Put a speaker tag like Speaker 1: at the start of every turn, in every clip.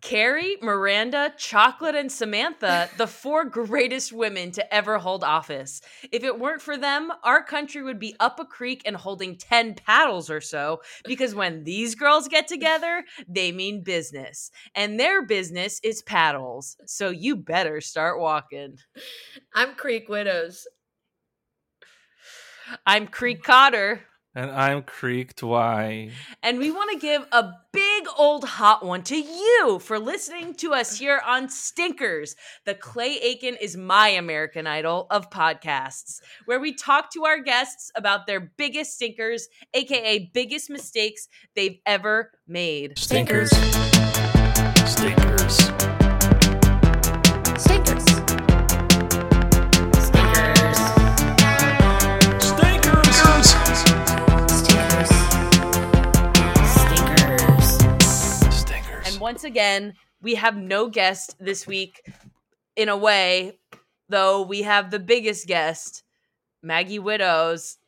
Speaker 1: Carrie, Miranda, Chocolate, and Samantha, the four greatest women to ever hold office. If it weren't for them, our country would be up a creek and holding 10 paddles or so, because when these girls get together, they mean business. And their business is paddles. So you better start walking.
Speaker 2: I'm Creek Widows.
Speaker 1: I'm Creek Cotter.
Speaker 3: And I'm Creek Dwy.
Speaker 1: And we want to give a big old hot one to you for listening to us here on Stinkers. The Clay Aiken is my American Idol of podcasts, where we talk to our guests about their biggest stinkers, aka biggest mistakes they've ever made.
Speaker 3: Stinkers.
Speaker 4: Stinkers.
Speaker 2: Stinkers.
Speaker 4: Stinkers. Stinkers.
Speaker 2: Stinkers.
Speaker 4: Stinkers.
Speaker 3: Stinkers.
Speaker 1: And once again, we have no guest this week. In a way, though, we have the biggest guest, Maggie Widows.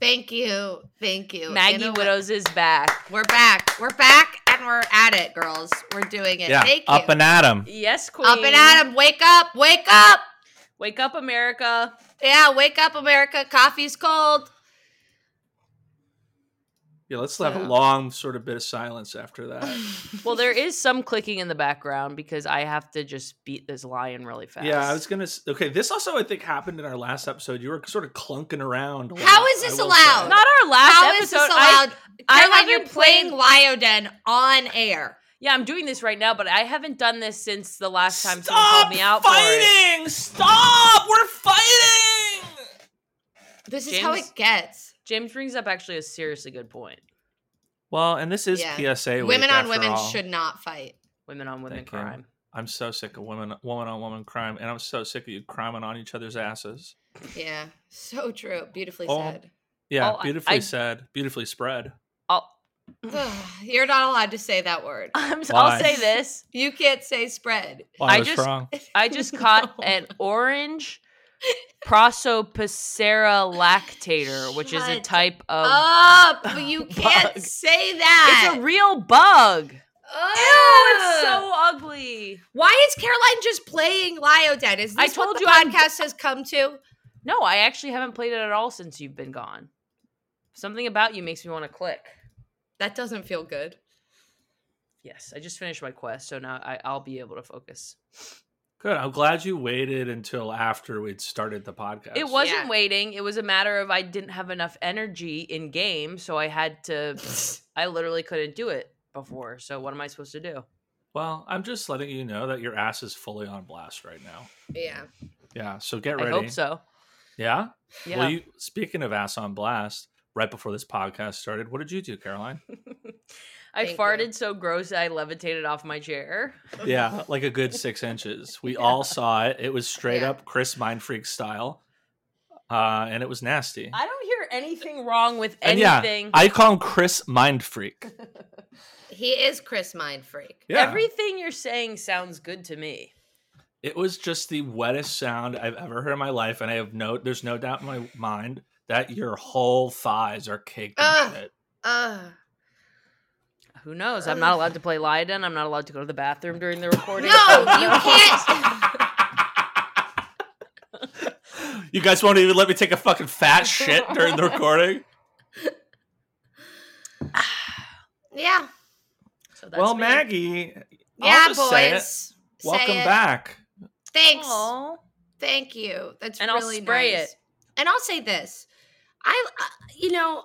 Speaker 2: Thank you. Thank you.
Speaker 1: Maggie
Speaker 2: You know what?
Speaker 1: Widows is back.
Speaker 2: We're back. We're back and we're at it, girls. We're doing it.
Speaker 3: yeah,
Speaker 2: Thank you.
Speaker 3: up and at 'em.
Speaker 1: Yes, Queen.
Speaker 2: Up and at 'em. Wake up. Wake up.
Speaker 1: Wake up, America.
Speaker 2: Yeah, wake up, America. Coffee's cold.
Speaker 4: Yeah, let's have a
Speaker 2: Yeah.
Speaker 4: long sort of bit of silence after that.
Speaker 1: Well, there is some clicking in the background because I have to just beat this lion really fast.
Speaker 4: Yeah, I was gonna. s- Okay, this also I think happened in our last episode. You were sort of clunking around. a
Speaker 2: How
Speaker 4: lot,
Speaker 2: is this
Speaker 4: I will
Speaker 2: allowed?
Speaker 4: say.
Speaker 1: Not our last
Speaker 2: How
Speaker 1: episode.
Speaker 2: is this
Speaker 1: I-
Speaker 2: allowed?
Speaker 1: I
Speaker 2: Caroline, you're
Speaker 1: haven't
Speaker 2: playing Lyoden on air.
Speaker 1: yeah, I'm doing this right now, but I haven't done this since the last time someone
Speaker 4: Stop
Speaker 1: called me out for it.
Speaker 4: fighting! Stop! We're fighting!
Speaker 2: This is how
Speaker 1: James-
Speaker 2: it gets.
Speaker 1: James brings up actually a seriously good point.
Speaker 3: Well, and this is
Speaker 2: Yeah.
Speaker 3: PSA week.
Speaker 2: Women on
Speaker 3: after
Speaker 2: women
Speaker 3: all.
Speaker 2: should not fight.
Speaker 1: Women on women
Speaker 3: Thank you.
Speaker 1: crime.
Speaker 3: I'm so sick of women, woman on woman crime, and I'm so sick of you criming on each other's asses.
Speaker 2: Yeah. So true. Beautifully
Speaker 3: Oh.
Speaker 2: said.
Speaker 3: Yeah,
Speaker 1: Oh, I-
Speaker 3: beautifully
Speaker 1: I-
Speaker 3: said, beautifully spread.
Speaker 2: Ugh, You're not allowed to say that word.
Speaker 1: I'm,
Speaker 3: Why?
Speaker 1: I'll say this.
Speaker 2: You can't say spread.
Speaker 3: Well,
Speaker 1: I
Speaker 3: was
Speaker 1: just-
Speaker 3: wrong.
Speaker 1: I just caught an orange Prosopicera lactator, which is a
Speaker 2: Shut
Speaker 1: type of.
Speaker 2: Up, but you can't
Speaker 1: Um, Bug.
Speaker 2: say
Speaker 1: It's
Speaker 2: that.
Speaker 1: a real bug.
Speaker 2: Ugh.
Speaker 1: Oh, it's so ugly.
Speaker 2: Why is Caroline just playing Lyoden? Is this
Speaker 1: I
Speaker 2: what
Speaker 1: told
Speaker 2: the
Speaker 1: you I'm-
Speaker 2: podcast has come to?
Speaker 1: No, I actually haven't played it at all since you've been gone. Something about you makes me want to click.
Speaker 2: That doesn't feel good.
Speaker 1: Yes, I just finished my quest, so now I, I'll be able to focus.
Speaker 3: Good.
Speaker 4: I'm glad you waited until after we'd started the podcast.
Speaker 1: It wasn't
Speaker 2: Yeah.
Speaker 1: waiting. It was a matter of I didn't have enough energy in game, so I had to. I literally couldn't do it before. So what am I supposed to do?
Speaker 3: Well,
Speaker 4: I'm just letting you know that your ass is fully on blast right now.
Speaker 2: Yeah.
Speaker 3: yeah. So get
Speaker 1: I
Speaker 3: ready.
Speaker 1: hope so.
Speaker 3: Yeah.
Speaker 1: Yeah.
Speaker 3: Well, you speaking of ass on blast, right before this podcast started, what did you do, Caroline?
Speaker 1: I
Speaker 2: Thank you.
Speaker 1: farted so gross I levitated off my chair.
Speaker 3: yeah, like a good six inches. We all saw it. It was straight
Speaker 2: Yeah.
Speaker 3: up Chris Mindfreak style, uh, and it was nasty.
Speaker 1: I don't hear anything wrong with
Speaker 3: And yeah,
Speaker 1: anything.
Speaker 3: I call him Chris Mindfreak.
Speaker 2: He is Chris Mind Freak.
Speaker 3: Yeah,
Speaker 1: Everything you're saying sounds good to me.
Speaker 3: it was just the wettest sound I've ever heard in my life, and I have no. There's no doubt in my mind that your whole thighs are caked in
Speaker 2: Ugh.
Speaker 3: shit.
Speaker 2: Ugh.
Speaker 1: Who knows? I'm not allowed to play Lydon. I'm not allowed to go to the bathroom during the recording.
Speaker 2: No,
Speaker 1: So-
Speaker 2: you can't.
Speaker 3: You guys won't even let me take a fucking fat shit during the recording.
Speaker 2: Yeah.
Speaker 1: So that's
Speaker 3: well,
Speaker 1: me.
Speaker 3: Maggie, I'll
Speaker 2: Yeah,
Speaker 3: just say it.
Speaker 2: boys. Say
Speaker 3: welcome
Speaker 2: it.
Speaker 3: back.
Speaker 2: Thanks.
Speaker 1: Aw.
Speaker 2: Thank you. That's
Speaker 1: And I'll
Speaker 2: really
Speaker 1: spray
Speaker 2: nice.
Speaker 1: it.
Speaker 2: And I'll say this: I, I you know,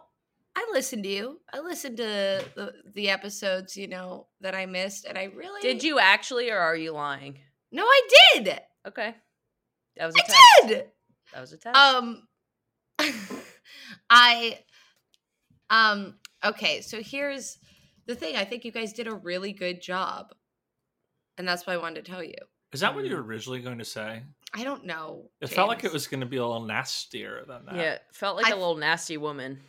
Speaker 2: I listened to you. I listened to the, the episodes, you know, that I missed, and I really
Speaker 1: Did you actually, or are you lying?
Speaker 2: No, I did.
Speaker 1: Okay, that was a test.
Speaker 2: I did.
Speaker 1: That was a test.
Speaker 2: Um, I, um, okay. So here's the thing. I think you guys did a really good job, and that's what I wanted to tell you.
Speaker 3: Is that what you were originally going to say?
Speaker 2: I don't know.
Speaker 3: It felt like
Speaker 2: Mm.
Speaker 3: it
Speaker 2: James.
Speaker 3: was going to be a little nastier than that.
Speaker 1: yeah, felt like a
Speaker 2: I-
Speaker 1: little nasty woman.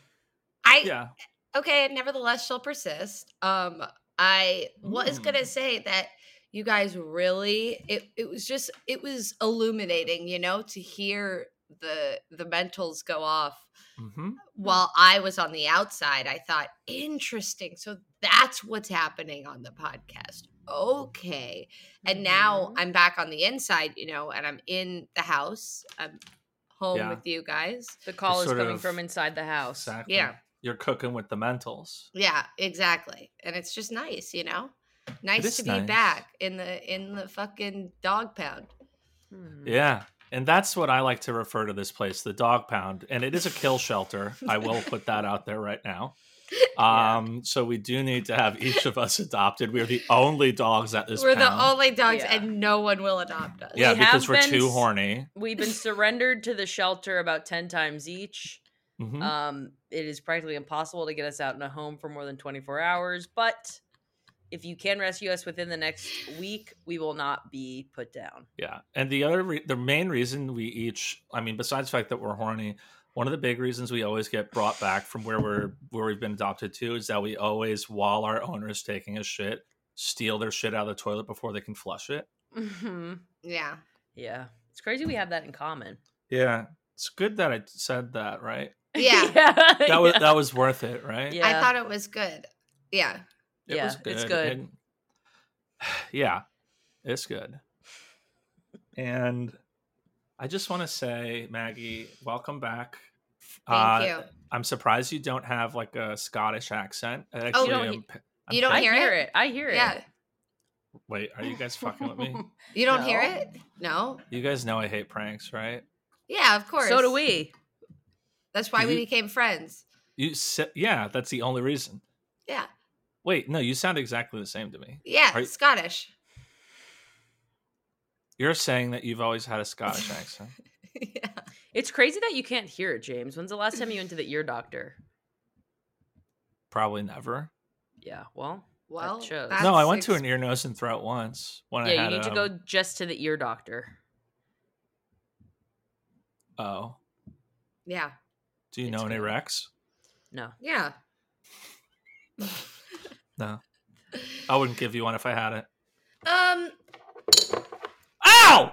Speaker 2: I
Speaker 3: Yeah.
Speaker 2: okay nevertheless she'll persist um i was
Speaker 3: Mm.
Speaker 2: gonna say that you guys really it, it was just it was illuminating you know to hear the the mentals go off
Speaker 3: Mm-hmm.
Speaker 2: while i was on the outside i thought interesting so that's what's happening on the podcast okay. And
Speaker 3: Mm-hmm.
Speaker 2: now I'm back on the inside, you know, and I'm in the house. I'm home
Speaker 3: Yeah.
Speaker 2: with you guys.
Speaker 1: The call
Speaker 3: It's
Speaker 1: is
Speaker 3: sort
Speaker 1: coming
Speaker 3: of-
Speaker 1: from inside the house.
Speaker 3: Exactly.
Speaker 2: Yeah.
Speaker 3: You're cooking with the mentals.
Speaker 2: Yeah, exactly. And it's just nice, you know? Nice
Speaker 3: is
Speaker 2: to be
Speaker 3: nice.
Speaker 2: back in the in the fucking dog pound.
Speaker 1: Hmm.
Speaker 3: Yeah. And that's what I like to refer to this place, the dog pound. And it is a kill shelter. I will put that out there right now.
Speaker 1: Yeah.
Speaker 3: Um, so we do need to have each of us adopted. We are the only dogs at this
Speaker 2: We're
Speaker 3: pound.
Speaker 2: the only dogs
Speaker 1: Yeah.
Speaker 2: and no one will adopt us.
Speaker 3: yeah,
Speaker 1: We
Speaker 3: because
Speaker 1: have
Speaker 3: we're
Speaker 1: been
Speaker 3: too
Speaker 1: s-
Speaker 3: horny.
Speaker 1: We've been surrendered to the shelter about 10 times each.
Speaker 3: Mhm.
Speaker 1: Um, it is practically impossible to get us out in a home for more than 24 hours, but if you can rescue us within the next week, we will not be put down.
Speaker 3: Yeah, and the other re- the main reason we each, I mean, besides the fact that we're horny, one of the big reasons we always get brought back from where we're where we've been adopted to is that we always, while our owner's taking a shit, steal their shit out of the toilet before they can flush it.
Speaker 1: Mhm.
Speaker 2: Yeah.
Speaker 1: yeah. It's crazy we have that in common.
Speaker 3: Yeah, it's good that I said that, right?
Speaker 2: Yeah.
Speaker 3: That was that was worth it, right?
Speaker 1: Yeah.
Speaker 2: I thought it was good. Yeah.
Speaker 3: it
Speaker 1: yeah,
Speaker 3: was
Speaker 1: it's
Speaker 3: good.
Speaker 1: good.
Speaker 3: and- yeah, it's good. And I just want to say, Maggie, welcome back. Uh,
Speaker 2: Thank you.
Speaker 3: I'm surprised you don't have like a Scottish accent.
Speaker 2: Oh,
Speaker 3: I Actually,
Speaker 2: you
Speaker 1: don't
Speaker 3: am
Speaker 1: he-
Speaker 3: p-
Speaker 2: you don't
Speaker 1: I
Speaker 3: pissed.
Speaker 1: hear
Speaker 2: hear
Speaker 1: it?
Speaker 2: it?
Speaker 1: I hear it.
Speaker 2: Yeah.
Speaker 3: Wait, are you guys fucking with me?
Speaker 2: You don't hear
Speaker 1: No.
Speaker 2: it? No.
Speaker 3: You guys know I hate pranks, right?
Speaker 2: Yeah, of course.
Speaker 1: So do we.
Speaker 2: That's why
Speaker 3: Do
Speaker 2: we
Speaker 3: you-
Speaker 2: became friends.
Speaker 3: You sa- yeah, that's the only reason.
Speaker 2: Yeah.
Speaker 3: Wait, no, you sound exactly the same to me.
Speaker 2: Yeah.
Speaker 3: Are you-
Speaker 2: Scottish.
Speaker 3: You're saying that you've always had a Scottish accent.
Speaker 2: yeah.
Speaker 1: It's crazy that you can't hear it, James. When's the last time you went to the ear doctor?
Speaker 3: Probably never.
Speaker 1: Yeah, well,
Speaker 2: Well,
Speaker 1: shows.
Speaker 2: that's
Speaker 3: no, I went to
Speaker 2: ex-
Speaker 3: an ear, nose, and throat once when I
Speaker 1: yeah,
Speaker 3: had
Speaker 1: you need to
Speaker 3: um,
Speaker 1: go just to the ear doctor.
Speaker 3: Oh,
Speaker 2: Yeah.
Speaker 3: do you
Speaker 1: It's
Speaker 3: know any
Speaker 1: good.
Speaker 3: Rex?
Speaker 1: No.
Speaker 2: Yeah.
Speaker 3: I wouldn't give you one if I had it.
Speaker 2: Um
Speaker 3: Ow!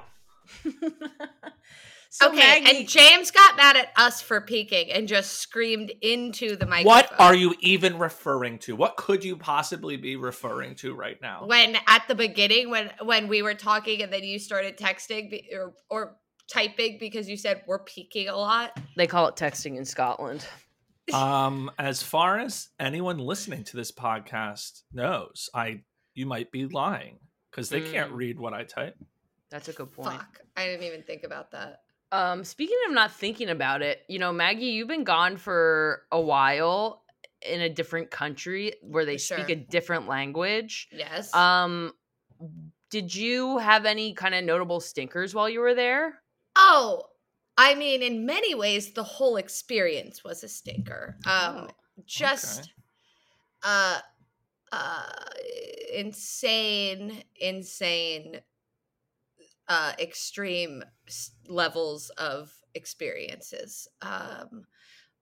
Speaker 1: so
Speaker 2: okay,
Speaker 1: Maggie,
Speaker 2: and James got mad at us for peeking and just screamed into the microphone.
Speaker 3: What are you even referring to? What could you possibly be referring to right now?
Speaker 2: when at the beginning when when we were talking and then you started texting be- or or typing because you said we're peeking a lot?
Speaker 1: they call it texting in Scotland.
Speaker 3: um as far as anyone listening to this podcast knows i you might be lying because they can't
Speaker 1: Mm.
Speaker 3: read what i type
Speaker 1: That's a good point.
Speaker 2: Fuck. I didn't even think about that.
Speaker 1: Um, speaking of not thinking about it, you know, Maggie, you've been gone for a while in a different country where they
Speaker 2: For
Speaker 1: speak a
Speaker 2: sure.
Speaker 1: different language.
Speaker 2: Yes.
Speaker 1: Um, did you have any kind of notable stinkers while you were there?
Speaker 2: Oh, I mean, in many ways, the whole experience was a stinker. Um,
Speaker 1: Oh,
Speaker 2: just uh, uh, insane, insane, uh, extreme s- levels of experiences. Um,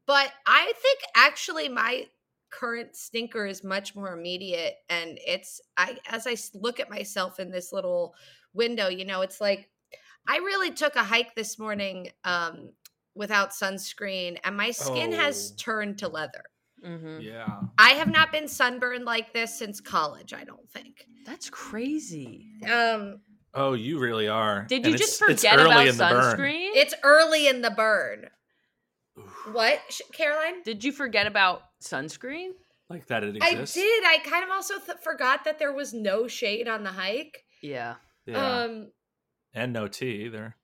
Speaker 2: but I think actually my current stinker is much more immediate, and it's I as I s- look at myself in this little window, you know, it's like I really took a hike this morning um, without sunscreen, and my skin has
Speaker 3: Oh.
Speaker 2: turned to leather.
Speaker 1: Mm-hmm.
Speaker 3: yeah
Speaker 2: I have not been sunburned like this since college. I don't think.
Speaker 1: That's crazy.
Speaker 2: Um,
Speaker 3: oh you really are
Speaker 1: Did you
Speaker 3: And
Speaker 1: just
Speaker 3: it's- it's
Speaker 1: forget about
Speaker 3: early in the burn.
Speaker 1: sunscreen?
Speaker 2: it's early in the burn. What, Sh- Caroline?
Speaker 1: Did you forget about sunscreen?
Speaker 3: like that it
Speaker 2: I
Speaker 3: exists
Speaker 2: did. I kind of also th- forgot that there was no shade on the hike.
Speaker 1: Yeah.
Speaker 3: yeah
Speaker 1: uh,
Speaker 2: Um,
Speaker 3: and no tea either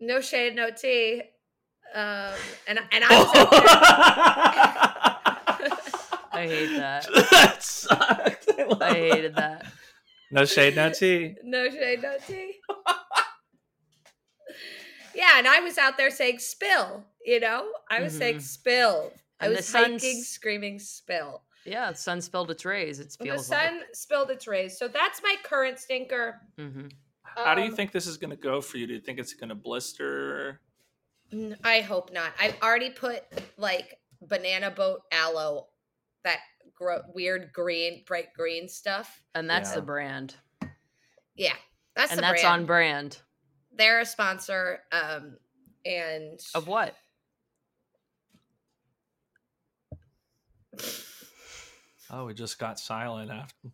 Speaker 2: no shade, no tea. Um, and and I was out there.
Speaker 1: I hate that.
Speaker 3: that sucked I love
Speaker 1: I hated
Speaker 3: that.
Speaker 1: that.
Speaker 3: no shade no tea
Speaker 2: No shade, no tea. yeah, and I was out there saying spill, you know? I was saying
Speaker 1: Mhm.
Speaker 2: spill. I
Speaker 1: And the
Speaker 2: was
Speaker 1: sun's-
Speaker 2: hiking, screaming spill.
Speaker 1: Yeah, the sun spilled its rays. It
Speaker 2: The
Speaker 1: feels
Speaker 2: sun spilled its rays. So that's my current stinker.
Speaker 1: like. Mm-hmm.
Speaker 3: how do you
Speaker 2: Um,
Speaker 3: think this is going to go for you do you think it's going to blister
Speaker 2: Um, n- I hope not. I've already put like banana boat aloe, that gro- weird green, bright green stuff.
Speaker 1: And that's
Speaker 3: Yeah.
Speaker 1: the brand.
Speaker 2: Yeah, that's
Speaker 1: and
Speaker 2: the
Speaker 1: that's
Speaker 2: brand.
Speaker 1: on brand.
Speaker 2: They're a sponsor. Um, and
Speaker 1: Of what?
Speaker 3: oh we just got silent after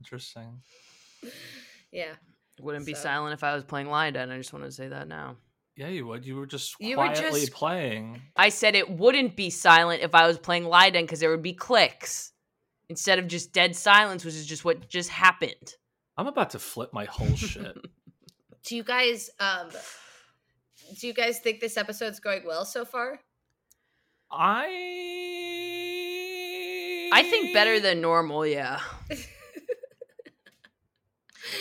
Speaker 3: Interesting.
Speaker 2: Yeah.
Speaker 1: Wouldn't be
Speaker 2: So-
Speaker 1: silent if I was playing Lion Den. I just wanted to say that now.
Speaker 3: Yeah, you would. You were just
Speaker 2: You were
Speaker 3: quietly
Speaker 2: just-
Speaker 3: playing.
Speaker 1: I said it wouldn't be silent if I was playing Lion Den because there would be clicks instead of just dead silence, which is just what just happened.
Speaker 3: I'm about to flip my whole shit.
Speaker 2: Do you guys um do you guys think this episode's going well so far?
Speaker 3: I
Speaker 1: I think better than normal, yeah.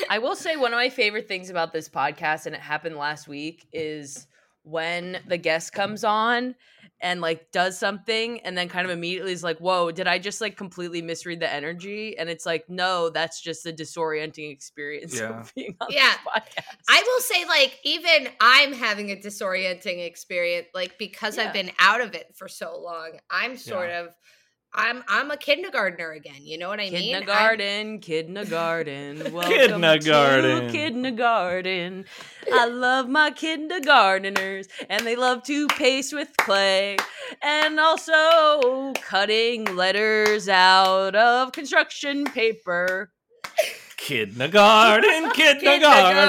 Speaker 1: I will say one of my favorite things about this podcast, and it happened last week, is when the guest comes on and like does something and then kind of immediately is like, whoa, did I just like completely misread the energy? And it's like, no, that's just the disorienting experience
Speaker 3: Yeah.
Speaker 1: of being on
Speaker 2: Yeah.
Speaker 1: this podcast.
Speaker 2: I will say like even I'm having a disorienting experience like because
Speaker 1: Yeah.
Speaker 2: I've been out of it for so long. I'm sort of I'm I'm a kindergartner again. You know what I mean? I'm-
Speaker 1: Kindergarten, kindergarten, welcome
Speaker 3: Kindergarten.
Speaker 1: to kindergarten. I love my kindergarteners, and they love to pace with clay, and also cutting letters out of construction paper.
Speaker 3: Kindergarten, kindergarten.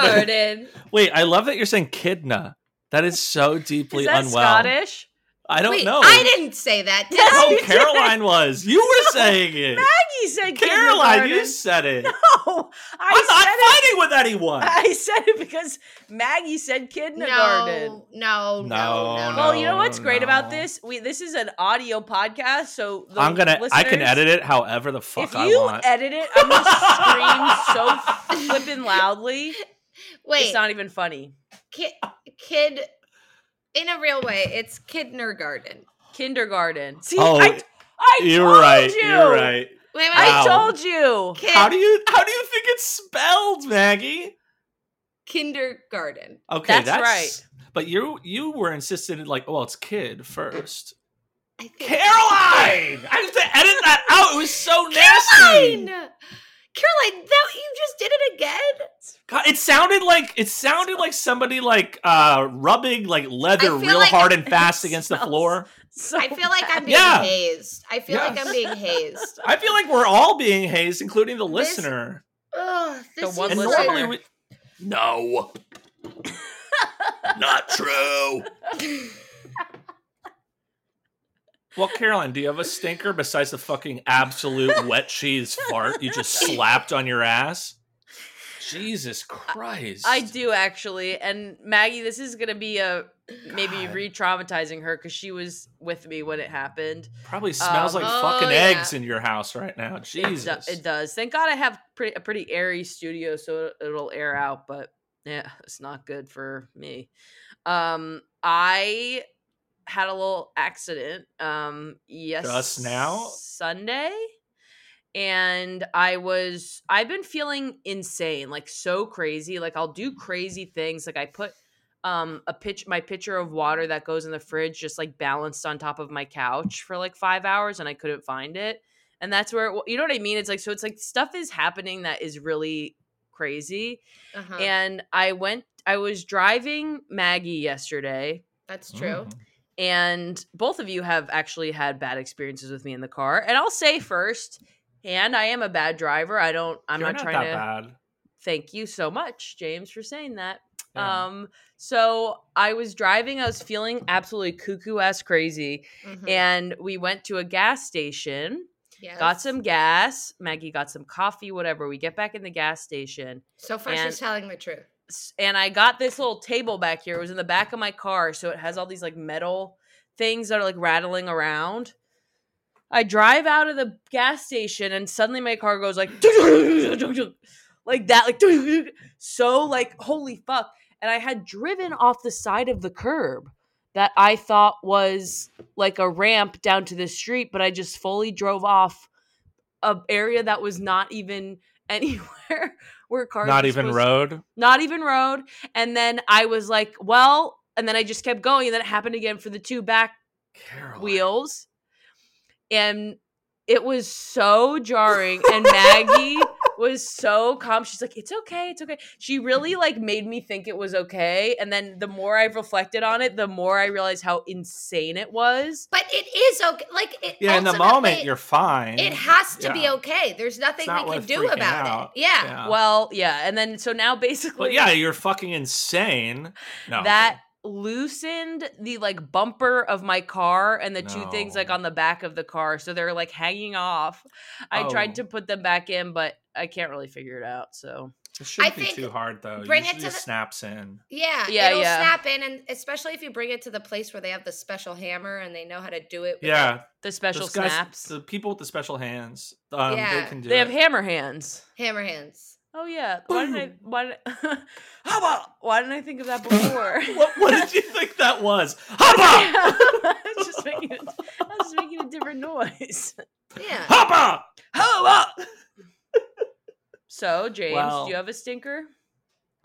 Speaker 2: kindergarten.
Speaker 3: Wait, I love that you're saying kidna. That is so deeply
Speaker 1: Is that
Speaker 3: unwell.
Speaker 1: Scottish?
Speaker 3: I don't
Speaker 2: Wait,
Speaker 3: know.
Speaker 2: I didn't say that. did
Speaker 1: Yes,
Speaker 2: I?
Speaker 3: Oh,
Speaker 1: you did.
Speaker 3: Caroline was. You were saying it.
Speaker 1: He said
Speaker 3: Caroline, you
Speaker 1: kindergarten.
Speaker 3: said it.
Speaker 1: No,
Speaker 3: I'm
Speaker 1: I
Speaker 3: not
Speaker 1: said it.
Speaker 3: fighting with anyone.
Speaker 1: I said it because Maggie said kindergarten.
Speaker 2: No, no, no,
Speaker 3: No,
Speaker 2: no.
Speaker 1: Well, you know what's
Speaker 3: Oh,
Speaker 1: great about
Speaker 3: no.
Speaker 1: this? We this is an audio podcast, so the
Speaker 3: I'm gonna. I can
Speaker 1: listeners-
Speaker 3: edit it however the fuck
Speaker 1: If
Speaker 3: I
Speaker 1: you
Speaker 3: want.
Speaker 1: edit it, I'm gonna scream so flipping loudly.
Speaker 2: Wait,
Speaker 1: It's not even funny.
Speaker 2: kid, kid. In a real way, it's kindergarten.
Speaker 1: Kindergarten. See,
Speaker 3: Oh,
Speaker 1: I, I
Speaker 3: you're
Speaker 1: told
Speaker 3: right.
Speaker 1: you.
Speaker 3: You're right.
Speaker 2: Wait, wait,
Speaker 1: I
Speaker 3: Wow.
Speaker 1: told you.
Speaker 2: kid,
Speaker 3: How do you? How do you think it's spelled, Maggie?
Speaker 2: kindergarten.
Speaker 3: Okay,
Speaker 1: That's
Speaker 3: that's,
Speaker 1: right.
Speaker 3: But you you were insistent like, oh, well, it's kid first.
Speaker 2: I think
Speaker 3: Caroline, I have to edit that out. It was so
Speaker 2: Caroline,
Speaker 3: nasty.
Speaker 2: Caroline, that you just did it again.
Speaker 3: God, it sounded like it sounded like somebody like uh rubbing like leather
Speaker 2: I feel
Speaker 3: real
Speaker 2: like-
Speaker 3: hard and fast
Speaker 1: It
Speaker 3: against the
Speaker 1: smells-
Speaker 3: floor.
Speaker 1: So
Speaker 2: I feel like
Speaker 1: bad.
Speaker 2: I'm being
Speaker 3: Yeah.
Speaker 2: hazed. I feel like I'm being hazed.
Speaker 3: I feel like we're all being hazed, including the
Speaker 2: This-
Speaker 3: listener.
Speaker 2: Ugh, this
Speaker 1: one
Speaker 2: is
Speaker 3: And
Speaker 1: listener.
Speaker 2: like-
Speaker 3: normally we No. Not true. Well, Caroline, do you have a stinker besides the fucking absolute wet cheese fart you just slapped on your ass? Jesus Christ.
Speaker 1: I do actually, and Maggie, this is gonna be a maybe
Speaker 3: God.
Speaker 1: re-traumatizing her because she was with me when it happened.
Speaker 3: Probably smells
Speaker 1: Um,
Speaker 3: like
Speaker 2: Oh,
Speaker 3: fucking
Speaker 2: yeah.
Speaker 3: eggs in your house right now.
Speaker 1: It do-
Speaker 3: Jesus.
Speaker 1: It, does. Thank God I have pretty, a pretty airy studio, so it- it'll air out. But yeah, it's not good for me. Um, I had a little accident. Um, yes,
Speaker 3: now?
Speaker 1: Sunday, and I was. I've been feeling insane, like so crazy. Like I'll do crazy things. Like I put um a pitch my pitcher of water that goes in the fridge just like balanced on top of my couch for like five hours and i couldn't find it and that's where it, wa- you know what i mean it's like so it's like stuff is happening that is really crazy
Speaker 2: Uh-huh,
Speaker 1: and i went i was driving maggie yesterday
Speaker 2: that's true.
Speaker 3: Mm.
Speaker 1: and both of you have actually had bad experiences with me in the car and i'll say first and i am a bad driver i don't i'm
Speaker 3: You're
Speaker 1: not, trying to
Speaker 3: that bad.
Speaker 1: thank you so much james for saying that
Speaker 3: Yeah.
Speaker 1: um, so I was driving, I was feeling absolutely cuckoo ass crazy.
Speaker 3: Hmm.
Speaker 2: Mhm,
Speaker 1: And we went to a gas station,
Speaker 2: yes.
Speaker 1: got some gas. Maggie got some coffee, whatever. We get back in the gas station.
Speaker 2: So far,
Speaker 1: and-
Speaker 2: she's telling the truth.
Speaker 1: S- And I got this little table back here. It was in the back of my car. So it has all these like metal things that are like rattling around. I drive out of the gas station and suddenly my car goes like like that like so like holy fuck and I had driven off the side of the curb that I thought was like a ramp down to the street but I just fully drove off a area that was not even anywhere where cars
Speaker 3: Not
Speaker 1: were
Speaker 3: even
Speaker 1: supposed-
Speaker 3: road.
Speaker 1: not even road and then I was like well and then I just kept going and then it happened again for the two back
Speaker 3: Caroline.
Speaker 1: wheels and it was so jarring and maggie was so calm. She's like, "It's okay, it's okay." She really like made me think it was okay, and then the more I've reflected on it, the more I realized how insane it was.
Speaker 2: But it is okay. Like it,
Speaker 3: Yeah, in the moment
Speaker 2: ultimately,
Speaker 3: you're fine.
Speaker 2: It has to be
Speaker 3: Yeah.
Speaker 2: okay. There's nothing
Speaker 3: not
Speaker 2: we can
Speaker 3: worth
Speaker 2: do
Speaker 3: freaking
Speaker 2: about
Speaker 3: out.
Speaker 2: it. Yeah.
Speaker 3: Yeah.
Speaker 1: Well, yeah, and then so now basically,
Speaker 3: But Uh. yeah, you're fucking insane. No. I'm
Speaker 1: that loosened the like bumper of my car and the two things like
Speaker 3: No.
Speaker 1: on the back of the car so they're like hanging off i
Speaker 3: Oh.
Speaker 1: tried to put them back in but i can't really figure it out so
Speaker 3: It shouldn't
Speaker 2: I
Speaker 3: be
Speaker 2: think-
Speaker 3: too hard though.
Speaker 2: bring it
Speaker 3: Usually
Speaker 2: to the-
Speaker 3: snaps in.
Speaker 2: Yeah,
Speaker 1: Yeah,
Speaker 2: it'll
Speaker 1: yeah.
Speaker 2: snap in, and especially if you bring it to the place where they have the special hammer and they know how to do it. with
Speaker 3: Yeah,
Speaker 1: the special
Speaker 3: those guys-
Speaker 1: snaps
Speaker 3: The people with the special hands. Um,
Speaker 2: Yeah.
Speaker 3: they can do.
Speaker 1: they
Speaker 3: it.
Speaker 1: have hammer hands
Speaker 2: the hammer hands.
Speaker 1: oh yeah why didn't i why did how about why didn't i think of that before
Speaker 3: what, what did you think that was? Hoppa!
Speaker 1: I was just making a, I was just making a different noise.
Speaker 2: Yeah.
Speaker 3: Hoppa! Hoppa!
Speaker 1: So, James,
Speaker 3: Well-
Speaker 1: do you have a stinker?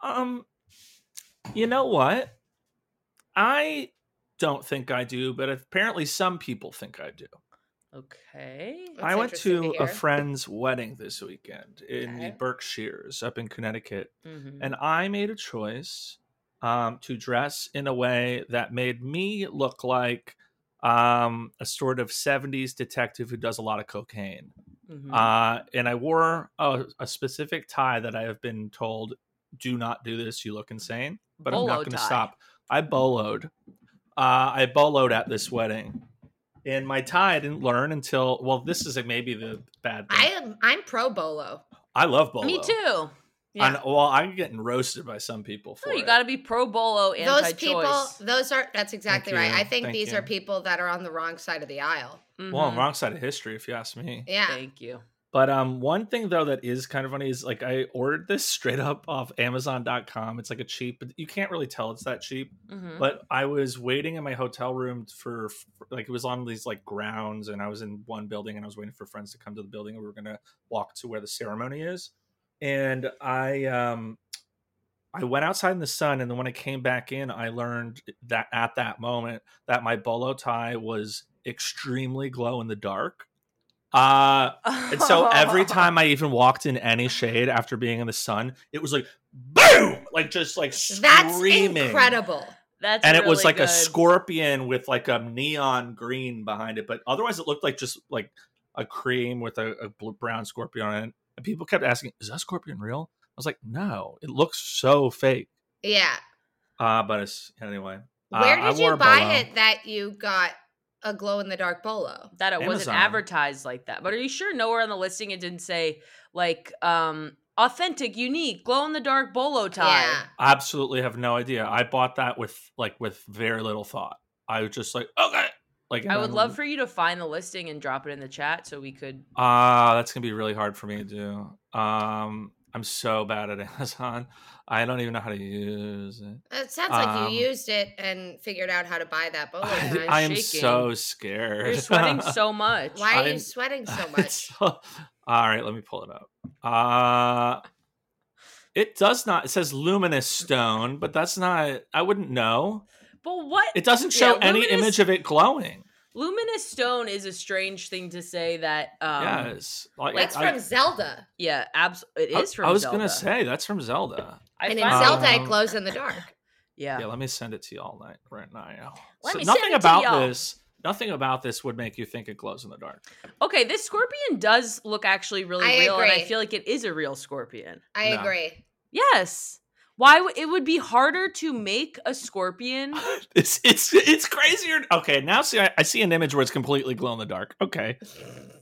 Speaker 3: Um, you know what? I don't think I do, but apparently some people think I do.
Speaker 1: Okay.
Speaker 2: That's
Speaker 3: I went
Speaker 2: interesting
Speaker 3: to
Speaker 2: to
Speaker 3: a
Speaker 2: hear.
Speaker 3: friend's wedding this weekend in the
Speaker 2: Okay. Mm.
Speaker 3: Berkshires up in Connecticut.
Speaker 1: Mhm.
Speaker 3: and I made a choice um, to dress in a way that made me look like um, a sort of 70s detective who does a lot of cocaine.
Speaker 1: Mhm.
Speaker 3: Uh, and I wore a, a specific tie that I have been told, do not do this, you look insane. But I'm
Speaker 1: Bolo
Speaker 3: not going to
Speaker 1: tie.
Speaker 3: stop. I boloed. Uh, I boloed at this wedding. And my tie I didn't learn until, well, this is maybe the bad
Speaker 2: I
Speaker 3: thing.
Speaker 2: am. I'm pro bolo.
Speaker 3: I, love bolo.
Speaker 1: Me too.
Speaker 2: Yeah.
Speaker 3: And, well, I'm getting roasted by some people for
Speaker 1: No, you
Speaker 3: it.
Speaker 1: got to be pro bolo
Speaker 2: Those
Speaker 1: anti-choice.
Speaker 2: people. Those are. That's exactly
Speaker 3: Thank
Speaker 2: right.
Speaker 3: you,
Speaker 2: I think
Speaker 3: thank
Speaker 2: these
Speaker 3: you.
Speaker 2: are people that are on the wrong side of the aisle.
Speaker 3: Well, on
Speaker 1: Mhm.
Speaker 3: the wrong side of history, if you ask me.
Speaker 2: Yeah.
Speaker 1: Thank you.
Speaker 3: But um, one thing though that is kind of funny is like I ordered this straight up off Amazon.com. It's like a cheap, but you can't really tell it's that cheap.
Speaker 1: Mhm.
Speaker 3: But I was waiting in my hotel room for like it was on these like grounds, and I was in one building, and I was waiting for friends to come to the building, and we were gonna walk to where the ceremony is. And I um, I went outside in the sun, and then when I came back in, I learned that at that moment that my bolo tie was extremely glow in the dark. Uh and so every time I even walked in any shade after being in the sun, it was like boom, like just like
Speaker 2: That's
Speaker 3: screaming.
Speaker 2: incredible.
Speaker 1: that's
Speaker 3: And it was
Speaker 1: really
Speaker 3: like a
Speaker 1: good.
Speaker 3: scorpion with like a neon green behind it, but otherwise it looked like just like a cream with a, a blue, brown scorpion on it. And people kept asking, "Is that scorpion real?" I was like, "No, it looks so fake."
Speaker 2: Yeah.
Speaker 3: Uh, but it's anyway. uh,
Speaker 2: Where
Speaker 3: I
Speaker 2: did
Speaker 3: wore
Speaker 2: you
Speaker 3: a
Speaker 2: buy
Speaker 3: bolo.
Speaker 2: it that you got a glow in the dark bolo?
Speaker 1: that it wasn't
Speaker 3: Amazon.
Speaker 1: advertised like that. But are you sure nowhere on the listing it didn't say like um authentic, unique, glow in the dark bolo tie?
Speaker 2: Yeah.
Speaker 3: absolutely have no idea. I bought that with like with very little thought. I was just like, okay, like
Speaker 1: I would
Speaker 3: um,
Speaker 1: love for you to find the listing and drop it in the chat so we could.
Speaker 3: Ah, that's gonna be really hard for me to do. Um, I'm so bad at Amazon. I don't even know how to use it.
Speaker 2: It sounds like
Speaker 3: Um,
Speaker 2: you used it and figured out how to buy that
Speaker 1: Oh,
Speaker 2: bolo.
Speaker 3: I,
Speaker 2: tie.
Speaker 1: I'm
Speaker 3: I am
Speaker 1: shaking.
Speaker 3: so scared.
Speaker 1: You're sweating so much.
Speaker 2: Why are you
Speaker 3: I'm-
Speaker 2: sweating so
Speaker 3: It's
Speaker 2: much?
Speaker 3: so- all right, let me pull it up. Uh it does not. It says luminous stone, but that's not. I wouldn't know.
Speaker 1: But what
Speaker 3: It doesn't show
Speaker 1: Yeah,
Speaker 3: any
Speaker 1: luminous-
Speaker 3: image of it glowing.
Speaker 1: luminous stone is a strange thing to say. That um, yeah,
Speaker 3: yes, like,
Speaker 2: That's
Speaker 3: I-
Speaker 2: from Zelda.
Speaker 1: abs- it
Speaker 3: I-
Speaker 1: is from.
Speaker 3: I was
Speaker 1: Zelda.
Speaker 3: gonna say that's from Zelda.
Speaker 1: I
Speaker 2: and in
Speaker 1: find-
Speaker 2: Zelda,
Speaker 3: Um,
Speaker 2: it glows in the dark.
Speaker 1: yeah.
Speaker 3: Yeah, let me send it to y'all night right now.
Speaker 1: Let
Speaker 3: So
Speaker 1: me send
Speaker 3: nothing
Speaker 1: it to
Speaker 3: about
Speaker 1: y'all.
Speaker 3: this. Nothing about this would make you think it glows in the dark.
Speaker 1: Okay, this scorpion does look actually really
Speaker 2: I
Speaker 1: real, and I
Speaker 2: agree.
Speaker 1: feel like it is a real scorpion.
Speaker 2: I
Speaker 3: No.
Speaker 2: agree.
Speaker 1: Yes. Why would it would be harder to make a scorpion?
Speaker 3: it's it's it's crazier. Okay, now see I, I see an image where it's completely glow in the dark. Okay,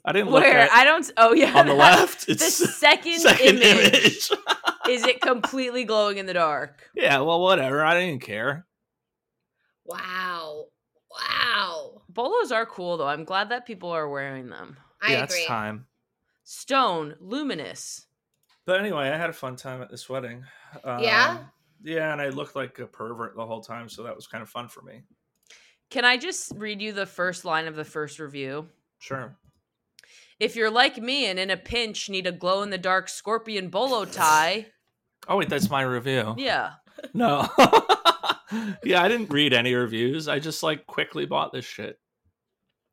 Speaker 3: I didn't look
Speaker 1: Where
Speaker 3: at
Speaker 1: I don't. Oh yeah,
Speaker 3: on the left.
Speaker 1: The
Speaker 3: It's
Speaker 1: second,
Speaker 3: second
Speaker 1: image,
Speaker 3: image.
Speaker 1: is it completely glowing in the dark?
Speaker 3: yeah, well, whatever. I didn't care.
Speaker 2: Wow. Wow.
Speaker 1: Bolos are cool though. I'm glad that people are wearing them.
Speaker 2: I
Speaker 3: yeah,
Speaker 2: agree.
Speaker 3: it's time.
Speaker 1: Stone, luminous.
Speaker 3: But anyway, I had a fun time at this wedding. Um,
Speaker 2: Yeah?
Speaker 3: Yeah, and I looked like a pervert the whole time, so that was kind of fun for me.
Speaker 1: Can I just read you the first line of the first review?
Speaker 3: Sure.
Speaker 1: If you're like me and in a pinch need a glow in the dark scorpion bolo tie,
Speaker 3: Oh wait, that's my review.
Speaker 1: yeah.
Speaker 3: No. yeah, I didn't read any reviews. I just like quickly bought this shit.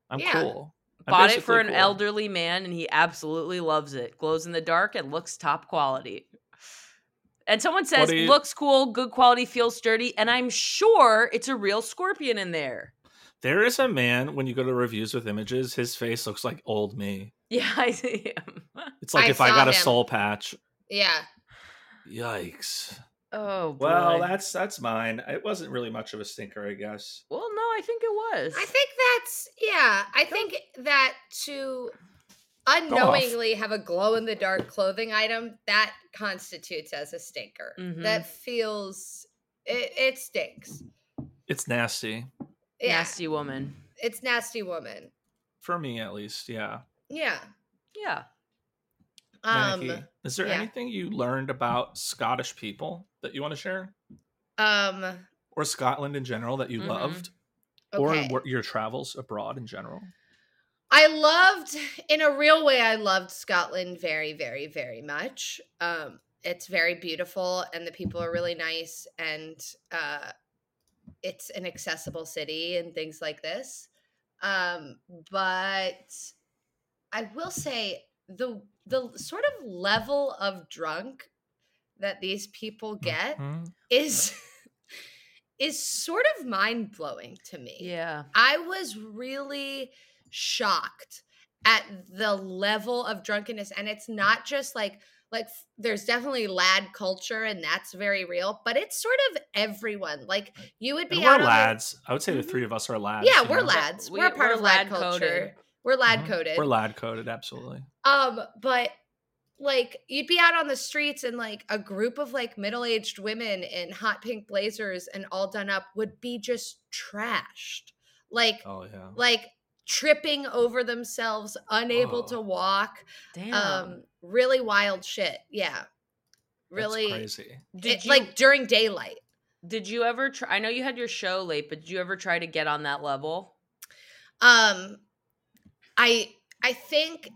Speaker 3: I'm
Speaker 2: Yeah.
Speaker 3: cool.
Speaker 1: Bought it for an
Speaker 4: basically cool.
Speaker 1: elderly man, and he absolutely loves it. Glows in the dark and looks top quality. And someone says,
Speaker 3: do you-
Speaker 1: looks cool, good quality, feels sturdy, and I'm sure it's a real scorpion in there.
Speaker 3: There is a man when you go to reviews with images, his face looks like old me.
Speaker 1: Yeah, I see him.
Speaker 3: It's like
Speaker 2: I
Speaker 3: if I
Speaker 2: saw
Speaker 3: got a
Speaker 2: him.
Speaker 3: soul patch.
Speaker 2: Yeah.
Speaker 3: Yikes.
Speaker 1: Oh, boy.
Speaker 4: Well, that's that's mine. It wasn't really much of a stinker, I guess.
Speaker 1: Well, no, I think it was.
Speaker 2: I think that's yeah. I think that to unknowingly have a glow in the dark clothing item that constitutes as a stinker.
Speaker 1: Mhm.
Speaker 2: That feels it, it stinks.
Speaker 3: It's nasty.
Speaker 2: Yeah,
Speaker 1: Nasty woman.
Speaker 2: it's nasty woman.
Speaker 3: For me at least, yeah.
Speaker 2: Yeah.
Speaker 1: Yeah.
Speaker 2: Um.
Speaker 3: Maggie, is there
Speaker 2: yeah.
Speaker 3: anything you learned about Scottish people that you want to share?
Speaker 2: Um.
Speaker 3: Or Scotland in general that you
Speaker 1: Mhm.
Speaker 3: loved?
Speaker 2: Mm-hmm. Okay.
Speaker 3: Or wh- your travels abroad in general?
Speaker 2: I loved, in a real way, I loved Scotland very, very, very much. Um, it's very beautiful, and the people are really nice, and uh, it's an accessible city and things like this. Um, but I will say the the sort of level of drunk that these people get
Speaker 3: Mhm.
Speaker 2: is is sort of mind blowing to me.
Speaker 1: Yeah.
Speaker 2: I was really shocked at the level of drunkenness and it's not just like like f- there's definitely lad culture and that's very real but it's sort of everyone like you would be
Speaker 3: And
Speaker 2: out on
Speaker 3: we're
Speaker 2: the-
Speaker 3: lads. I would say the
Speaker 2: Mhm.
Speaker 3: three of us are lads.
Speaker 2: yeah
Speaker 3: you
Speaker 2: we're
Speaker 3: know?
Speaker 2: lads
Speaker 1: We-
Speaker 2: we, are part
Speaker 1: we're
Speaker 2: of lad
Speaker 1: lad-coded.
Speaker 2: culture we're lad
Speaker 3: Mhm.
Speaker 2: coded
Speaker 3: We're lad coded, absolutely.
Speaker 2: um, but like you'd be out on the streets and like a group of like middle-aged women in hot pink blazers and all done up would be just trashed. Like
Speaker 3: Oh yeah.
Speaker 2: like tripping over themselves, unable
Speaker 3: Oh.
Speaker 2: to walk.
Speaker 1: Damn.
Speaker 2: Um, really wild shit. Yeah.
Speaker 3: That's
Speaker 2: Really
Speaker 3: crazy.
Speaker 1: did
Speaker 2: it-
Speaker 1: you
Speaker 2: like during daylight.
Speaker 1: did you ever try I know you had your show late, but did you ever try to get on that level?
Speaker 2: Um I I think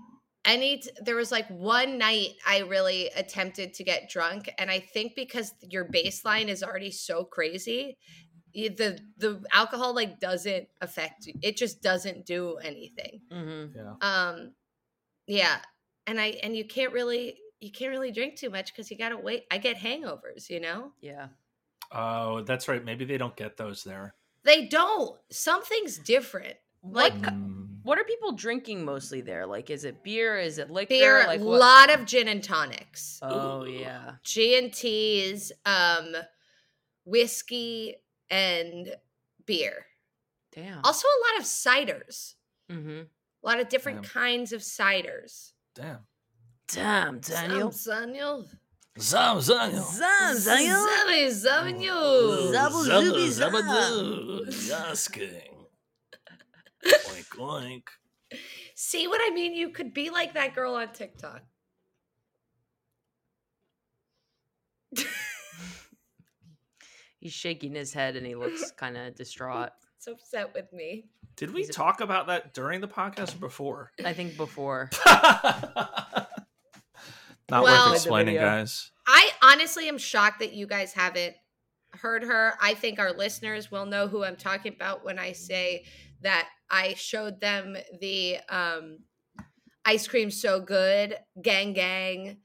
Speaker 2: any t- there was like one night I really attempted to get drunk and I think because your baseline is already so crazy y- the the alcohol like doesn't affect you. It just doesn't do anything.
Speaker 1: Mm-hmm.
Speaker 3: Yeah.
Speaker 2: um yeah and i and you can't really you can't really drink too much because you gotta wait i get hangovers you know
Speaker 1: Yeah.
Speaker 3: Oh, that's right. Maybe they don't get those there.
Speaker 2: they don't something's different
Speaker 1: Like
Speaker 2: Like,
Speaker 3: Mm.
Speaker 1: what are people drinking mostly there? Like is it beer? Is it liquor?
Speaker 2: beer a
Speaker 1: like what-
Speaker 2: lot of gin and tonics
Speaker 1: Oh yeah.
Speaker 2: g and t's um whiskey and beer
Speaker 1: Damn.
Speaker 2: also a lot of ciders
Speaker 1: mm-hmm.
Speaker 2: a lot of different
Speaker 3: Damn.
Speaker 2: kinds of ciders
Speaker 3: Damn.
Speaker 1: Damn, Daniel.
Speaker 2: Some Daniel.
Speaker 3: Zam, zam.
Speaker 1: Zam, Daniel.
Speaker 2: Some- some you.
Speaker 1: Zabu zooby za.
Speaker 3: Yasking. Oink, oink.
Speaker 2: See what I mean? You could be like that girl on TikTok.
Speaker 1: He's shaking his head and he looks kind of distraught.
Speaker 2: It's upset with me.
Speaker 3: Did we
Speaker 1: He's a-
Speaker 3: talk about that during the podcast or before?
Speaker 1: I think before.
Speaker 3: Not
Speaker 2: Well-
Speaker 3: worth explaining,
Speaker 1: The video.
Speaker 3: guys.
Speaker 2: I honestly am shocked that you guys haven't heard her. I think our listeners will know who I'm talking about when I say that I showed them the um, ice cream so good gang gang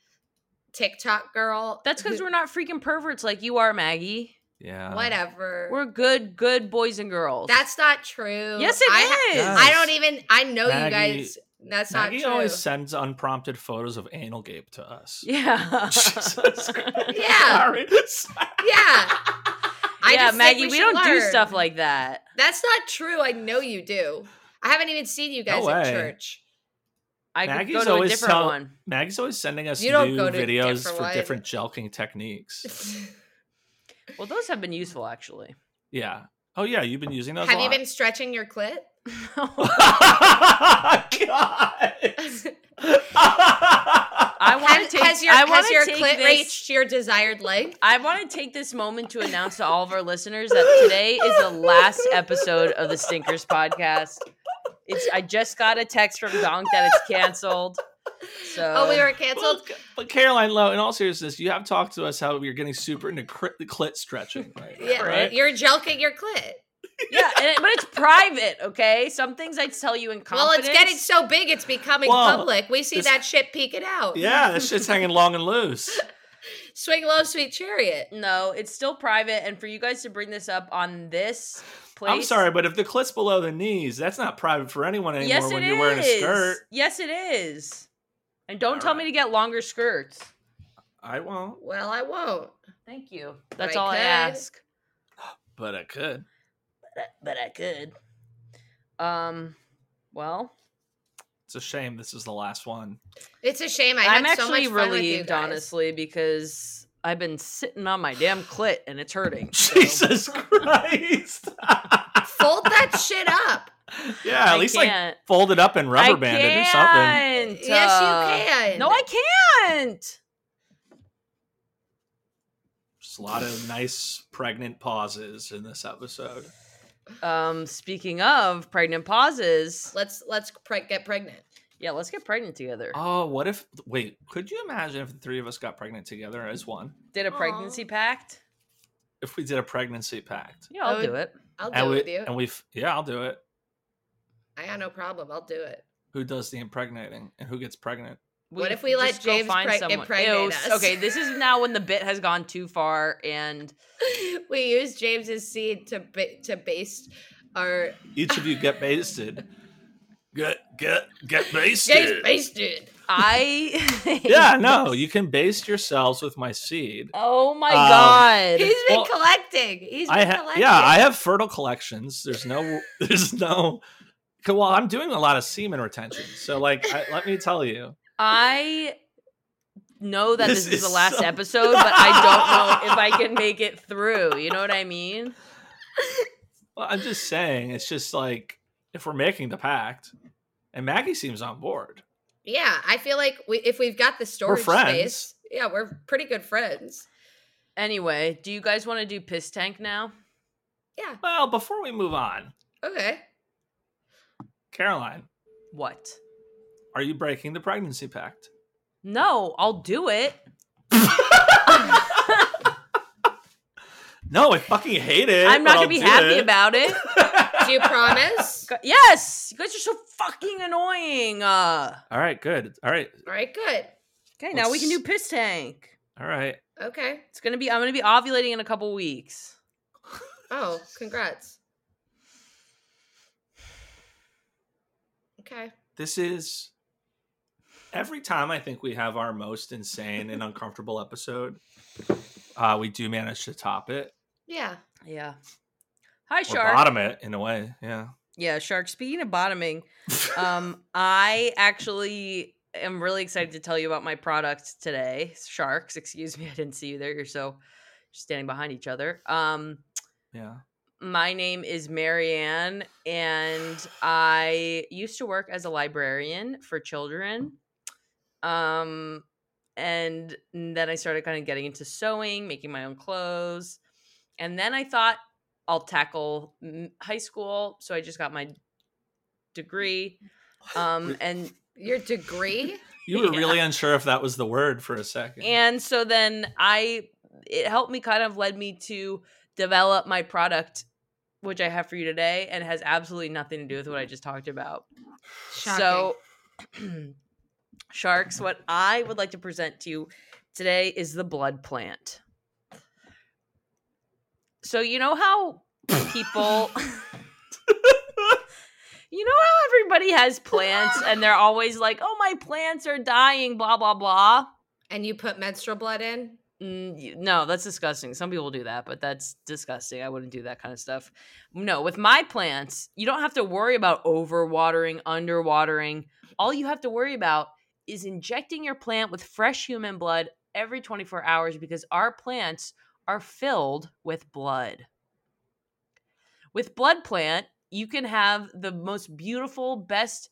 Speaker 2: TikTok girl.
Speaker 1: That's because
Speaker 2: who-
Speaker 1: we're not freaking perverts like you are, Maggie.
Speaker 3: Yeah.
Speaker 2: whatever.
Speaker 1: We're good, good boys and girls.
Speaker 2: That's not true.
Speaker 1: yes, it is.
Speaker 2: I ha- I don't
Speaker 3: Yes.
Speaker 2: even. I know you
Speaker 3: Maggie-
Speaker 2: guys. That's
Speaker 3: Maggie
Speaker 2: not true.
Speaker 3: always sends unprompted photos of anal gape to us.
Speaker 1: Yeah.
Speaker 3: Jesus Christ.
Speaker 2: Yeah.
Speaker 3: Sorry.
Speaker 2: yeah. I
Speaker 1: yeah,
Speaker 2: just think
Speaker 1: Maggie, we,
Speaker 2: should
Speaker 1: don't do
Speaker 2: learn.
Speaker 1: stuff like that.
Speaker 2: That's not true. I know you do. I haven't even seen you guys at
Speaker 3: way.
Speaker 2: church.
Speaker 1: I could
Speaker 3: Maggie's
Speaker 1: go to a
Speaker 3: always
Speaker 1: different
Speaker 3: tell-
Speaker 1: one.
Speaker 3: Maggie's always sending us
Speaker 2: You don't
Speaker 3: new
Speaker 2: go to a
Speaker 3: videos
Speaker 2: different
Speaker 3: for
Speaker 2: one.
Speaker 3: different jelking techniques.
Speaker 1: Well, those have been useful actually.
Speaker 3: Yeah. Oh yeah, you've been using those. a
Speaker 2: Have you
Speaker 3: lot. Oh,
Speaker 2: been stretching your clit?
Speaker 1: I want
Speaker 2: Has,
Speaker 1: to take.
Speaker 2: has your,
Speaker 1: I want
Speaker 2: has your
Speaker 1: to take
Speaker 2: clit
Speaker 1: this.
Speaker 2: reached your desired length?
Speaker 1: I want to take this moment to announce to all of our listeners that today is the last episode of the Stinkers podcast. It's. I just got a text from Donk that it's canceled. So
Speaker 2: Oh, we were
Speaker 3: Well,
Speaker 2: canceled.
Speaker 3: c- but Caroline Lowe, in all seriousness, you have talked to us how you're getting super into crit- clit stretching, right? now,
Speaker 2: Yeah,
Speaker 3: right?
Speaker 2: you're jelking your clit.
Speaker 1: yeah, and it, but it's private, okay? Some things I tell you in confidence.
Speaker 2: Well, it's getting so big, it's becoming
Speaker 3: Well,
Speaker 2: public. We see
Speaker 3: this-
Speaker 2: that shit peeking out.
Speaker 3: Yeah, that shit's hanging long and loose.
Speaker 2: Swing low, sweet chariot.
Speaker 1: no, it's still private, and for you guys to bring this up on this place,
Speaker 3: I'm sorry, but if the clit's below the knees, that's not private for anyone anymore
Speaker 1: yes,
Speaker 3: when
Speaker 1: it
Speaker 3: you're wearing a
Speaker 1: is.
Speaker 3: skirt.
Speaker 1: Yes, it is. And don't
Speaker 3: All
Speaker 1: tell me
Speaker 3: right.
Speaker 1: to get longer skirts.
Speaker 3: I won't,
Speaker 2: Well, I won't.
Speaker 1: Thank you.
Speaker 2: But
Speaker 1: That's
Speaker 2: I
Speaker 1: all I
Speaker 2: could.
Speaker 1: ask.
Speaker 3: but I could.
Speaker 1: But I, but I could. Um, well,
Speaker 3: It's a shame this is the last one.
Speaker 2: It's a shame. I
Speaker 1: I'm
Speaker 2: had so much
Speaker 1: actually
Speaker 2: fun with you
Speaker 1: relieved,
Speaker 2: guys.
Speaker 1: honestly, because I've been sitting on my damn clit and it's hurting. so-
Speaker 3: Jesus Christ.
Speaker 2: Fold that shit up.
Speaker 3: yeah, at
Speaker 1: I
Speaker 3: least like
Speaker 1: can't.
Speaker 3: fold it up and rubber band it or something.
Speaker 1: can't,
Speaker 2: yes, you
Speaker 1: uh,
Speaker 2: can.
Speaker 1: No, I can't.
Speaker 3: Just a lot of nice pregnant pauses in this episode.
Speaker 1: Um, speaking of pregnant pauses,
Speaker 2: Let's let's pre- get pregnant.
Speaker 1: yeah, let's get pregnant together.
Speaker 3: Oh, what if? Wait, could you imagine if the three of us got pregnant together as one?
Speaker 1: Did a
Speaker 2: Aw.
Speaker 1: pregnancy pact?
Speaker 3: If we did a pregnancy pact,
Speaker 1: Yeah, I'll
Speaker 2: I
Speaker 1: do
Speaker 2: would-
Speaker 1: it.
Speaker 2: I'll do
Speaker 3: and
Speaker 2: it
Speaker 3: we
Speaker 2: with you.
Speaker 3: and we have yeah, I'll do it.
Speaker 2: I got no problem. I'll do it.
Speaker 3: Who does the impregnating and who gets pregnant?
Speaker 2: What
Speaker 1: We
Speaker 2: if we let
Speaker 1: just go
Speaker 2: James
Speaker 1: find
Speaker 2: preg-
Speaker 1: someone-
Speaker 2: impregnate
Speaker 1: Ew,
Speaker 2: us?
Speaker 1: Okay, this is now when the bit has gone too far, and
Speaker 2: We use James's seed to ba- to base our
Speaker 3: Each of you get basted. Get get get
Speaker 2: James
Speaker 3: basted.
Speaker 2: based it.
Speaker 1: I.
Speaker 3: Yeah, no, you can baste yourselves with my seed.
Speaker 1: Oh my
Speaker 3: Um,
Speaker 1: god.
Speaker 2: He's been
Speaker 3: Well,
Speaker 2: collecting. He's been
Speaker 3: I ha-
Speaker 2: collecting.
Speaker 3: yeah, I have fertile collections. There's no, there's no. 'cause, Well, I'm doing a lot of semen retention, so like, I, let me tell you,
Speaker 1: I know that this,
Speaker 3: This
Speaker 1: is, the
Speaker 3: is
Speaker 1: last
Speaker 3: so-
Speaker 1: episode, but I don't know if I can make it through. You know what I mean?
Speaker 3: well, I'm just saying, it's just like if we're making the pact, and Maggie seems on board.
Speaker 2: Yeah, I feel like we, if we've got the storage
Speaker 3: friends.
Speaker 2: space, yeah, we're pretty good friends.
Speaker 1: Anyway, do you guys want to do piss tank now?
Speaker 2: Yeah.
Speaker 3: Well, before we move on,
Speaker 2: Okay.
Speaker 3: Caroline,
Speaker 1: What?
Speaker 3: are you breaking the pregnancy pact?
Speaker 1: No, I'll do it.
Speaker 3: No, I fucking hate it.
Speaker 1: I'm not
Speaker 3: but
Speaker 1: gonna
Speaker 3: I'll
Speaker 1: be
Speaker 3: do
Speaker 1: happy
Speaker 3: it.
Speaker 1: about it.
Speaker 2: Do you promise?
Speaker 1: Gu- Yes, you guys are so fucking annoying. Uh,
Speaker 3: All right, good. All right,
Speaker 2: All right, good.
Speaker 1: okay, now we can do
Speaker 3: Let's-
Speaker 1: piss tank.
Speaker 3: all right.
Speaker 2: Okay.
Speaker 1: It's gonna be. I'm gonna be ovulating in a couple weeks.
Speaker 2: Oh, congrats. Okay.
Speaker 3: this is every time I think we have our most insane and uncomfortable episode, uh, we do manage to top it
Speaker 2: Yeah.
Speaker 1: Yeah. Hi,
Speaker 3: or
Speaker 1: shark.
Speaker 3: bottom it in a way. Yeah.
Speaker 1: Yeah, shark. Speaking of bottoming, um, I actually am really excited to tell you about my product today. Sharks, excuse me, I didn't see you there. You're so standing behind each other. Um,
Speaker 3: Yeah.
Speaker 1: my name is Marianne, and I used to work as a librarian for children. Um, and then I started kind of getting into sewing, making my own clothes. And then I thought I'll tackle mm, high school. So I just got my degree. Um, and
Speaker 2: Your degree?
Speaker 3: You were
Speaker 1: Yeah.
Speaker 3: really unsure if that was the word for a second.
Speaker 1: And so then I, it helped me kind of led me to develop my product, which I have for you today, and has absolutely nothing to do with what I just talked about. So, sharks, what I would like to present to you today is the blood plant. So, you know how people. You know how everybody has plants and they're always like, oh, my plants are dying, blah, blah, blah.
Speaker 2: and you put menstrual blood in?
Speaker 1: Mm, y- no, that's disgusting. Some people do that, but that's disgusting. I wouldn't do that kind of stuff. No, with my plants, you don't have to worry about overwatering, underwatering. All you have to worry about is injecting your plant with fresh human blood every 24 hours because our plants are filled with blood. With blood plant, you can have the most beautiful, best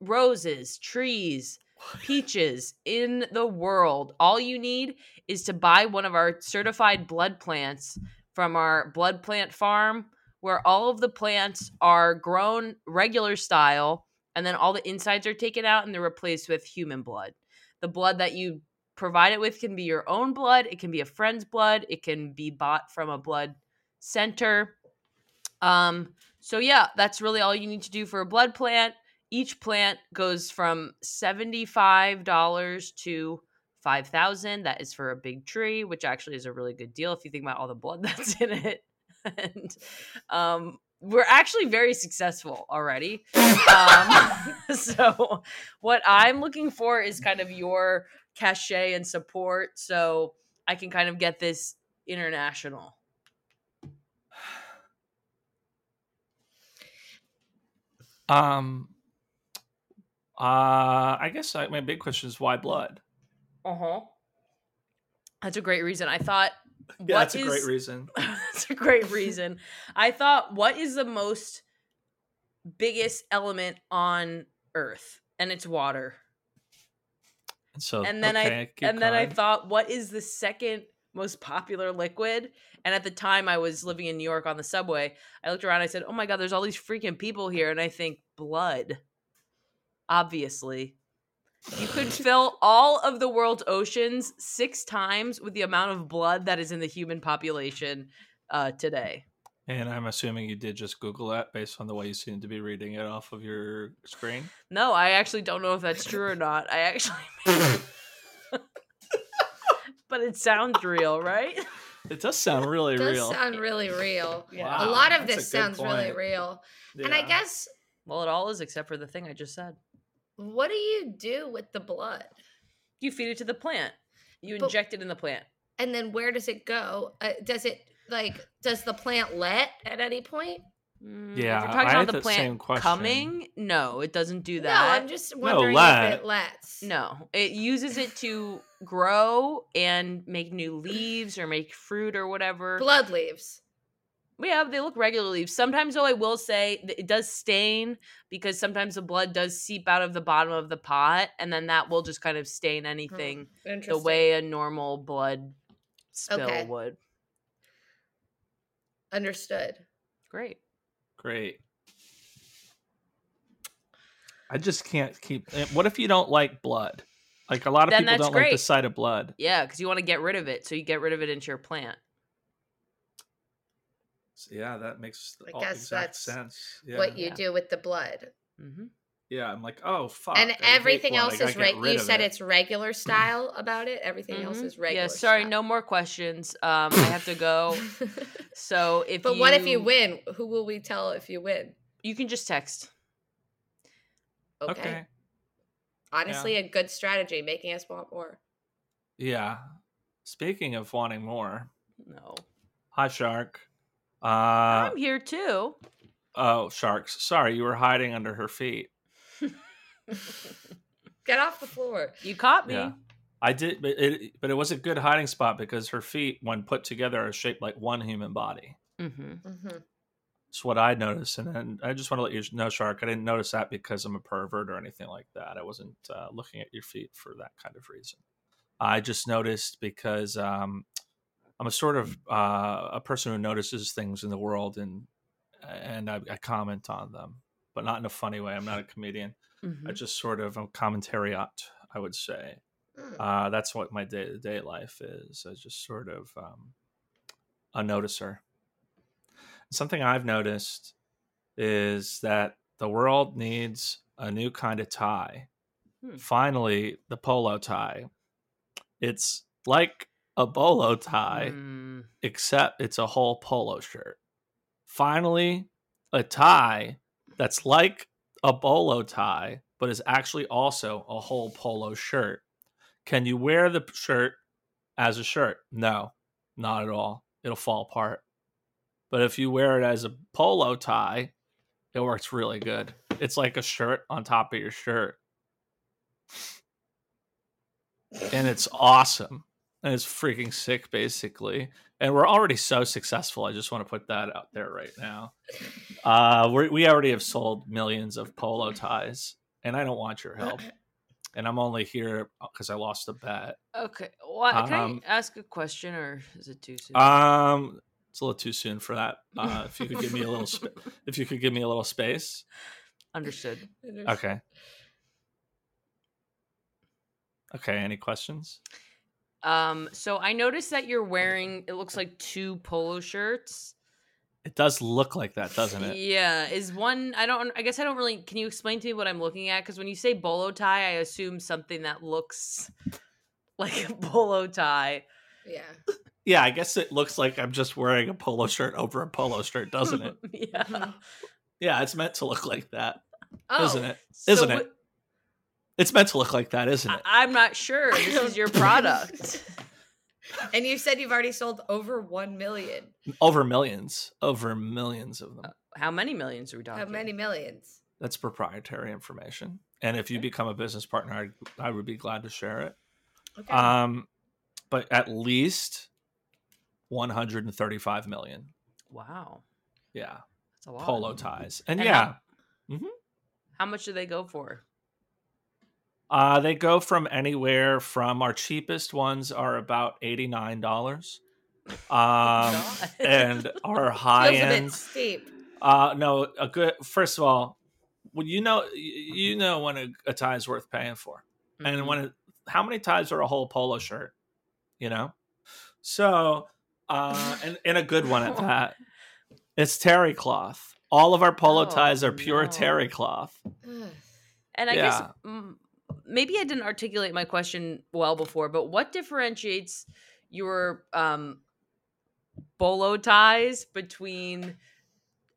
Speaker 1: roses, trees, peaches in the world. All you need is to buy one of our certified blood plants from our blood plant farm where all of the plants are grown regular style and then all the insides are taken out and they're replaced with human blood. The blood that you provide it with can be your own blood, it can be a friend's blood, it can be bought from a blood center. Um, so yeah, that's really all you need to do for a blood plant. Each plant goes from seventy-five dollars to five thousand. That is for a big tree, which actually is a really good deal if you think about all the blood that's in it. and um, we're actually very successful already. Um, so what I'm looking for is kind of your cachet and support, so I can kind of get this international.
Speaker 3: Um, uh, I guess I, my big question is why blood?
Speaker 1: Uh
Speaker 4: Uh-huh.
Speaker 1: huh. That's a great reason. I thought.
Speaker 4: Yeah,
Speaker 1: what
Speaker 4: that's a great
Speaker 1: is-
Speaker 4: reason.
Speaker 1: that's a great reason. I thought, what is the most biggest element on Earth? And it's water.
Speaker 3: And so,
Speaker 1: And then I-
Speaker 3: okay, keep
Speaker 1: and then I
Speaker 3: going.
Speaker 1: thought, what is the second most popular liquid? And at the time, I was living in New York on the subway. I looked around. I said, "Oh my god, there's all these freaking people here," and I think blood. Obviously, you could fill all of the world's oceans six times with the amount of blood that is in the human population uh, today.
Speaker 3: and I'm assuming you did just Google that based on the way you seem to be reading it off of your screen.
Speaker 1: No, I actually don't know if that's true or not. I actually, but it sounds real, right?
Speaker 3: It does sound really
Speaker 2: does
Speaker 3: real.
Speaker 2: sound really real.
Speaker 1: Yeah.
Speaker 2: Ah, a
Speaker 4: Wow,
Speaker 2: lot of
Speaker 4: that's a
Speaker 2: this
Speaker 4: good
Speaker 2: sounds really
Speaker 4: point.
Speaker 2: real. And I
Speaker 4: Yeah.
Speaker 2: guess
Speaker 1: Well, it all is except for the thing I just said.
Speaker 2: what do you do with the blood?
Speaker 1: You feed it to the plant. You
Speaker 2: But-
Speaker 1: inject it in the plant.
Speaker 2: And then where does it go? Uh, does it like does the plant let at any point?
Speaker 1: Mm,
Speaker 3: Yeah,
Speaker 1: if you're
Speaker 3: I
Speaker 1: talking
Speaker 3: had
Speaker 1: about the
Speaker 3: that same
Speaker 1: plant
Speaker 3: question.
Speaker 1: coming, no, it doesn't do
Speaker 2: No, I'm
Speaker 1: that.
Speaker 2: just wondering
Speaker 3: let.
Speaker 2: if it lets.
Speaker 1: No, it uses it to grow and make new leaves or make fruit or whatever.
Speaker 2: Blood leaves.
Speaker 1: Yeah, they look regular leaves. Sometimes, though, I will say th- it does stain because sometimes the blood does seep out of the bottom of the pot, and then that will just kind of stain anything the
Speaker 2: Hmm, Interesting.
Speaker 1: way a normal blood spill
Speaker 2: Okay.
Speaker 1: would.
Speaker 2: Understood.
Speaker 1: Great.
Speaker 3: Great. I just can't keep. eh, What if you don't like blood? Like a lot of
Speaker 1: Then
Speaker 3: people
Speaker 1: that's
Speaker 3: don't like the
Speaker 1: great.
Speaker 3: sight of blood.
Speaker 1: Yeah, because you want to get rid of it, so you get rid of it into your plant.
Speaker 4: So, yeah, that makes
Speaker 2: I
Speaker 4: all
Speaker 2: guess
Speaker 4: exact
Speaker 2: that's
Speaker 4: sense. Yeah.
Speaker 2: what you
Speaker 1: Yeah.
Speaker 2: do with the blood.
Speaker 1: hmm
Speaker 4: yeah, I'm like, oh fuck. I
Speaker 2: and
Speaker 4: hate
Speaker 2: everything
Speaker 4: blood. I
Speaker 2: else
Speaker 4: gotta
Speaker 2: is
Speaker 4: get
Speaker 2: right.
Speaker 4: rid
Speaker 2: You
Speaker 4: of
Speaker 2: said
Speaker 4: it.
Speaker 2: it's regular style about it. Everything else
Speaker 1: Mhm.
Speaker 2: is regular.
Speaker 1: Yeah, sorry,
Speaker 2: style.
Speaker 1: no more questions. Um, I have to go. So if
Speaker 2: but what if you win? Who will we tell if you win?
Speaker 1: You can just text.
Speaker 2: Okay. Honestly, a good strategy, making us want more.
Speaker 3: Yeah. Speaking of wanting more,
Speaker 1: No,
Speaker 3: hi shark. Uh,
Speaker 1: I'm here too.
Speaker 3: oh sharks. Sorry, you were hiding under her feet.
Speaker 2: Get off the floor.
Speaker 1: You caught me.
Speaker 3: Yeah. I did, but it but it was a good hiding spot because her feet, when put together, are shaped like one human body.
Speaker 1: Mm-hmm.
Speaker 2: Mhm.
Speaker 3: It's what I noticed, and then I just want to let you know, Shark. I didn't notice that because I'm a pervert or anything like that. I wasn't uh, looking at your feet for that kind of reason. I just noticed because um, I'm a sort of uh, a person who notices things in the world, and and I, I comment on them, but not in a funny way. I'm not a comedian.
Speaker 1: Mm-hmm.
Speaker 3: I just sort of I'm commentariat, I would say
Speaker 2: Mm.
Speaker 3: uh, that's what my day to day life is. I just sort of um, a noticer. Something I've noticed is that the world needs a new kind of tie.
Speaker 1: Hmm.
Speaker 3: Finally, the polo tie. It's like a bolo tie,
Speaker 1: Mm.
Speaker 3: except it's a whole polo shirt. Finally, a tie that's like a bolo tie, but is actually also a whole polo shirt. Can you wear the p- shirt as a shirt? No, not at all. It'll fall apart. But if you wear it as a polo tie, it works really good. It's like a shirt on top of your shirt. And it's awesome. And it's freaking sick, basically. And we're already so successful. I just want to put that out there right now. Uh, we we already have sold millions of polo ties, and I don't want your help. And I'm only here because I lost a bet.
Speaker 1: Okay. Well, can
Speaker 3: Um,
Speaker 1: I ask a question, or is it too soon?
Speaker 3: Um, it's a little too soon for that. Uh, if you could give me a little, sp- if you could give me a little space.
Speaker 1: Understood.
Speaker 3: Okay. Okay. Any questions?
Speaker 1: Um, so I noticed that you're wearing. It looks like two polo shirts.
Speaker 3: It does look like that, doesn't it?
Speaker 1: Yeah, is one. I don't. I guess I don't really. Can you explain to me what I'm looking at? Because when you say bolo tie, I assume something that looks like a bolo tie.
Speaker 2: Yeah.
Speaker 3: Yeah, I guess it looks like I'm just wearing a polo shirt over a polo shirt, doesn't it?
Speaker 2: Mm-hmm.
Speaker 1: yeah.
Speaker 3: Yeah, it's meant to look like that,
Speaker 2: Oh,
Speaker 3: not it? Isn't
Speaker 1: wh-
Speaker 3: it? It's meant to look like that, isn't
Speaker 2: Uh,
Speaker 3: it?
Speaker 1: I- I'm not sure. This is your product.
Speaker 2: And you said you've already sold over one million.
Speaker 3: Over millions, over millions of
Speaker 2: uh,
Speaker 3: them.
Speaker 1: How many millions are we talking?
Speaker 2: How many millions?
Speaker 3: That's proprietary information. And if you become a business partner, I, I would be glad to share it.
Speaker 2: Okay.
Speaker 1: Uh,
Speaker 3: Um, but at least 135 million.
Speaker 1: Wow,
Speaker 3: Yeah,
Speaker 1: that's a lot.
Speaker 3: polo ties, and,
Speaker 1: And
Speaker 3: yeah,
Speaker 1: How much do they go for?
Speaker 3: uh, they go from anywhere from our cheapest ones are about eighty nine dollars, um,
Speaker 1: God.
Speaker 3: and our high
Speaker 2: Feels a bit
Speaker 3: end.
Speaker 2: steep.
Speaker 3: Uh, no, a good. First of all, well, you know, y- you know when a, a tie is worth paying for. and
Speaker 1: Mhm.
Speaker 3: when it, how many ties are a whole polo shirt you know so uh and, and a good one at that it's terry cloth all of our polo
Speaker 1: Oh,
Speaker 3: ties are pure
Speaker 1: no.
Speaker 3: terry cloth
Speaker 2: Ugh.
Speaker 1: And I guess
Speaker 3: Yeah.
Speaker 1: mm, maybe I didn't articulate my question well before, but what differentiates your um, bolo ties between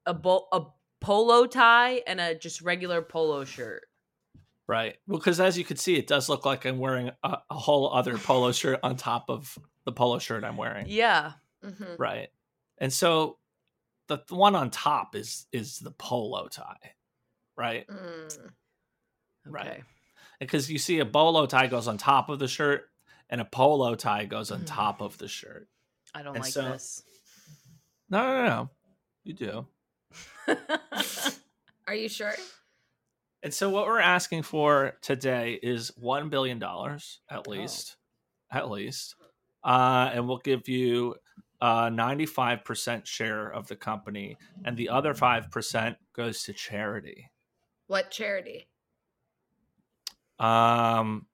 Speaker 1: a, bo- a polo tie and a just regular polo shirt?
Speaker 3: right well because as you can see it does look like i'm wearing a, a whole other polo shirt on top of the polo shirt i'm wearing
Speaker 1: Yeah.
Speaker 2: Mhm.
Speaker 3: right and so the th- one on top is is the polo tie right
Speaker 2: Mm.
Speaker 3: Right.
Speaker 1: Okay.
Speaker 3: because you see a bolo tie goes on top of the shirt and a polo tie goes on
Speaker 1: Mm.
Speaker 3: top of the shirt.
Speaker 1: I don't
Speaker 3: And
Speaker 1: like
Speaker 3: so-
Speaker 1: this.
Speaker 3: No, no, no. You do.
Speaker 2: Are you sure?
Speaker 3: And so what we're asking for today is 1 billion dollars at least. At least. Uh and we'll give you uh 95% share of the company and the other 5% goes to charity.
Speaker 2: What charity?
Speaker 3: Um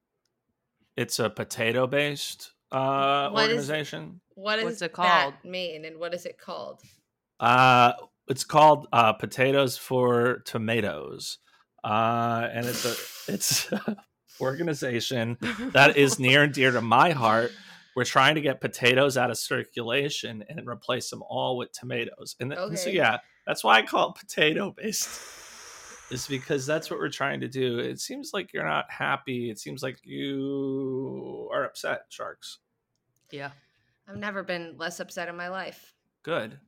Speaker 3: it's a potato-based uh
Speaker 2: What is-
Speaker 3: organization.
Speaker 2: What
Speaker 1: What's
Speaker 2: does
Speaker 1: it
Speaker 2: that
Speaker 1: called?
Speaker 2: mean? And what is it called?
Speaker 3: Uh, it's called uh, Potatoes for Tomatoes, uh, and it's a it's a organization that is near and dear to my heart. We're trying to get potatoes out of circulation and replace them all with tomatoes, and, th- and so
Speaker 2: Okay.
Speaker 3: yeah, that's why I call it potato based. Is because that's what we're trying to do. It seems like you're not happy. It seems like you are upset, sharks.
Speaker 1: yeah.
Speaker 2: I've never been less upset in my life.
Speaker 3: Good.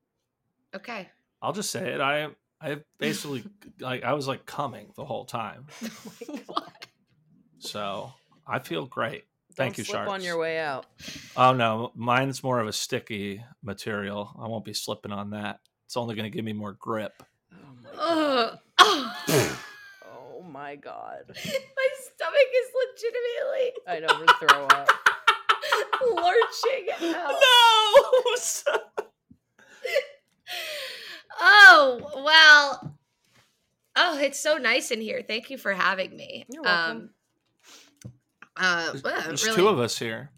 Speaker 2: Okay.
Speaker 3: I'll just say it. I I basically like I was like coming the whole time.
Speaker 1: Oh
Speaker 2: What?
Speaker 3: So I feel great.
Speaker 1: Don't
Speaker 3: Thank you,
Speaker 1: slip on
Speaker 3: sharks.
Speaker 1: your way out.
Speaker 3: Oh no, mine's more of a sticky material. I won't be slipping on that. It's only going to give me more grip.
Speaker 1: Oh my god.
Speaker 2: Ugh. Oh.
Speaker 1: Oh my god.
Speaker 2: my stomach is legitimately
Speaker 1: I know we're gonna throw up.
Speaker 2: lurching
Speaker 3: Oh.
Speaker 2: out.
Speaker 3: No.
Speaker 2: Oh, well. Oh, it's so nice in here. Thank you for having me.
Speaker 1: You're welcome.
Speaker 2: Um, uh,
Speaker 3: There's,
Speaker 2: well,
Speaker 3: there's
Speaker 2: really-
Speaker 3: two of us here.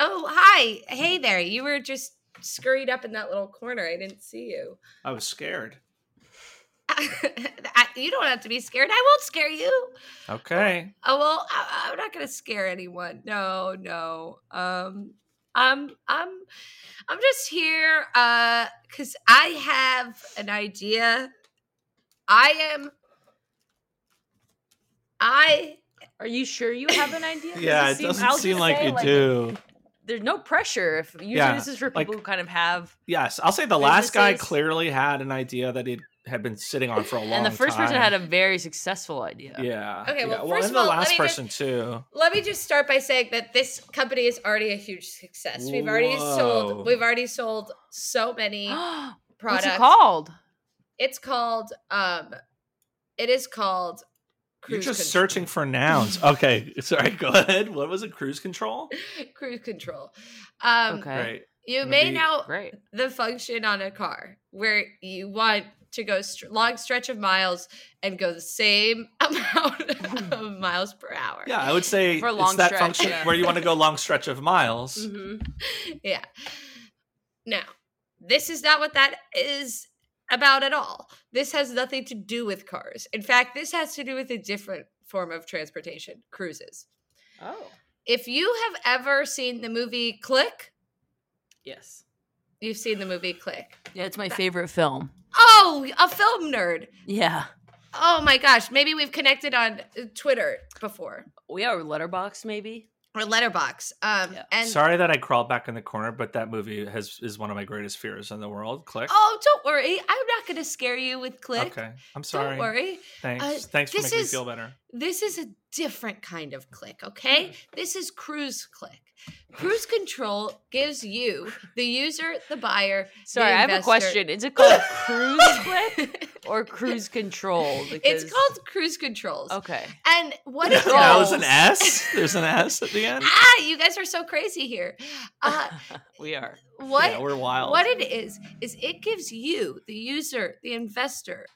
Speaker 2: Oh, hi. Hey there. You were just scurried up in that little corner. I didn't see you.
Speaker 3: I was scared.
Speaker 2: I- you don't have to be scared. I won't scare you.
Speaker 3: Okay.
Speaker 2: Oh well, I, I'm not gonna scare anyone. No, no. Um, I'm, I'm, I'm just here uh, because I have an idea. I am. I
Speaker 1: Are you sure you have an idea? Does
Speaker 3: Yeah, it
Speaker 1: seem-
Speaker 3: doesn't
Speaker 1: I was
Speaker 3: seem
Speaker 1: gonna
Speaker 3: like
Speaker 1: say,
Speaker 3: you do.
Speaker 1: There's no pressure. If usually
Speaker 3: Yeah,
Speaker 1: this is for people
Speaker 3: like-
Speaker 1: who kind of have
Speaker 3: Yes, I'll say the last guy
Speaker 1: Businesses.
Speaker 3: clearly had an idea that he had been sitting on for a long time.
Speaker 1: and the first person had a very successful idea.
Speaker 3: yeah.
Speaker 2: Okay,
Speaker 3: yeah.
Speaker 2: well, first of
Speaker 3: and
Speaker 2: all,
Speaker 3: the
Speaker 2: let
Speaker 3: last
Speaker 2: me just-
Speaker 3: person too.
Speaker 2: let me just start by saying that this company is already a huge success. We've already sold.
Speaker 3: Whoa.
Speaker 2: We've already sold so many products.
Speaker 1: What's it called?
Speaker 2: It's called. Um, it is called.
Speaker 3: You're
Speaker 2: Cruise
Speaker 3: just
Speaker 2: Control.
Speaker 3: searching for nouns. Okay, sorry. Go ahead. What was it? Cruise control.
Speaker 2: Cruise control. Um,
Speaker 1: Okay.
Speaker 3: Great.
Speaker 2: You
Speaker 3: Gonna
Speaker 2: may
Speaker 3: be-
Speaker 2: now
Speaker 1: Great.
Speaker 2: the function on a car where you want to go st- long stretch of miles and go the same amount of miles per hour.
Speaker 3: Yeah, I would say
Speaker 1: For a
Speaker 3: it's
Speaker 1: long
Speaker 3: that
Speaker 1: stretch,
Speaker 3: function
Speaker 1: yeah.
Speaker 2: Mm-hmm.
Speaker 3: where you want to go long stretch of miles.
Speaker 1: Mm-hmm.
Speaker 2: Yeah. Now, This is not what that is about at all. This has nothing to do with cars. In fact, this has to do with a different form of transportation cruises.
Speaker 1: Oh.
Speaker 2: If you have ever seen the movie Click,
Speaker 1: Yes.
Speaker 2: you've seen the movie Click.
Speaker 1: Yeah, it's my favorite film.
Speaker 2: Oh, a film nerd.
Speaker 1: Yeah.
Speaker 2: Oh my gosh. Maybe we've connected on uh, Twitter before
Speaker 1: We are letterbox maybe.
Speaker 2: or Letterbox. Um,
Speaker 1: Yeah.
Speaker 2: And
Speaker 3: Sorry that I crawled back in the corner, but that movie has is one of my greatest fears in the world. Click.
Speaker 2: oh, don't worry. I'm not going to scare you with Click.
Speaker 3: Okay. I'm
Speaker 2: Don't
Speaker 3: sorry.
Speaker 2: worry.
Speaker 3: Thanks.
Speaker 2: Uh,
Speaker 3: Thanks for
Speaker 2: this
Speaker 3: making
Speaker 2: is-
Speaker 3: me feel better.
Speaker 2: This is a different kind of click, okay?
Speaker 1: Hmm.
Speaker 2: This is cruise click. Cruise control gives you, the user, the buyer.
Speaker 1: Sorry, I have a
Speaker 2: investor-
Speaker 1: question. Is it called cruise click or cruise control?
Speaker 2: It's called cruise controls.
Speaker 1: Okay.
Speaker 2: And what it
Speaker 3: That was an
Speaker 2: does-
Speaker 3: S. There's an S at the end.
Speaker 2: Ah, you guys are so crazy here. Uh,
Speaker 1: we are.
Speaker 2: what
Speaker 3: Yeah, we're wild.
Speaker 2: what it is is it gives you, the user, the investor,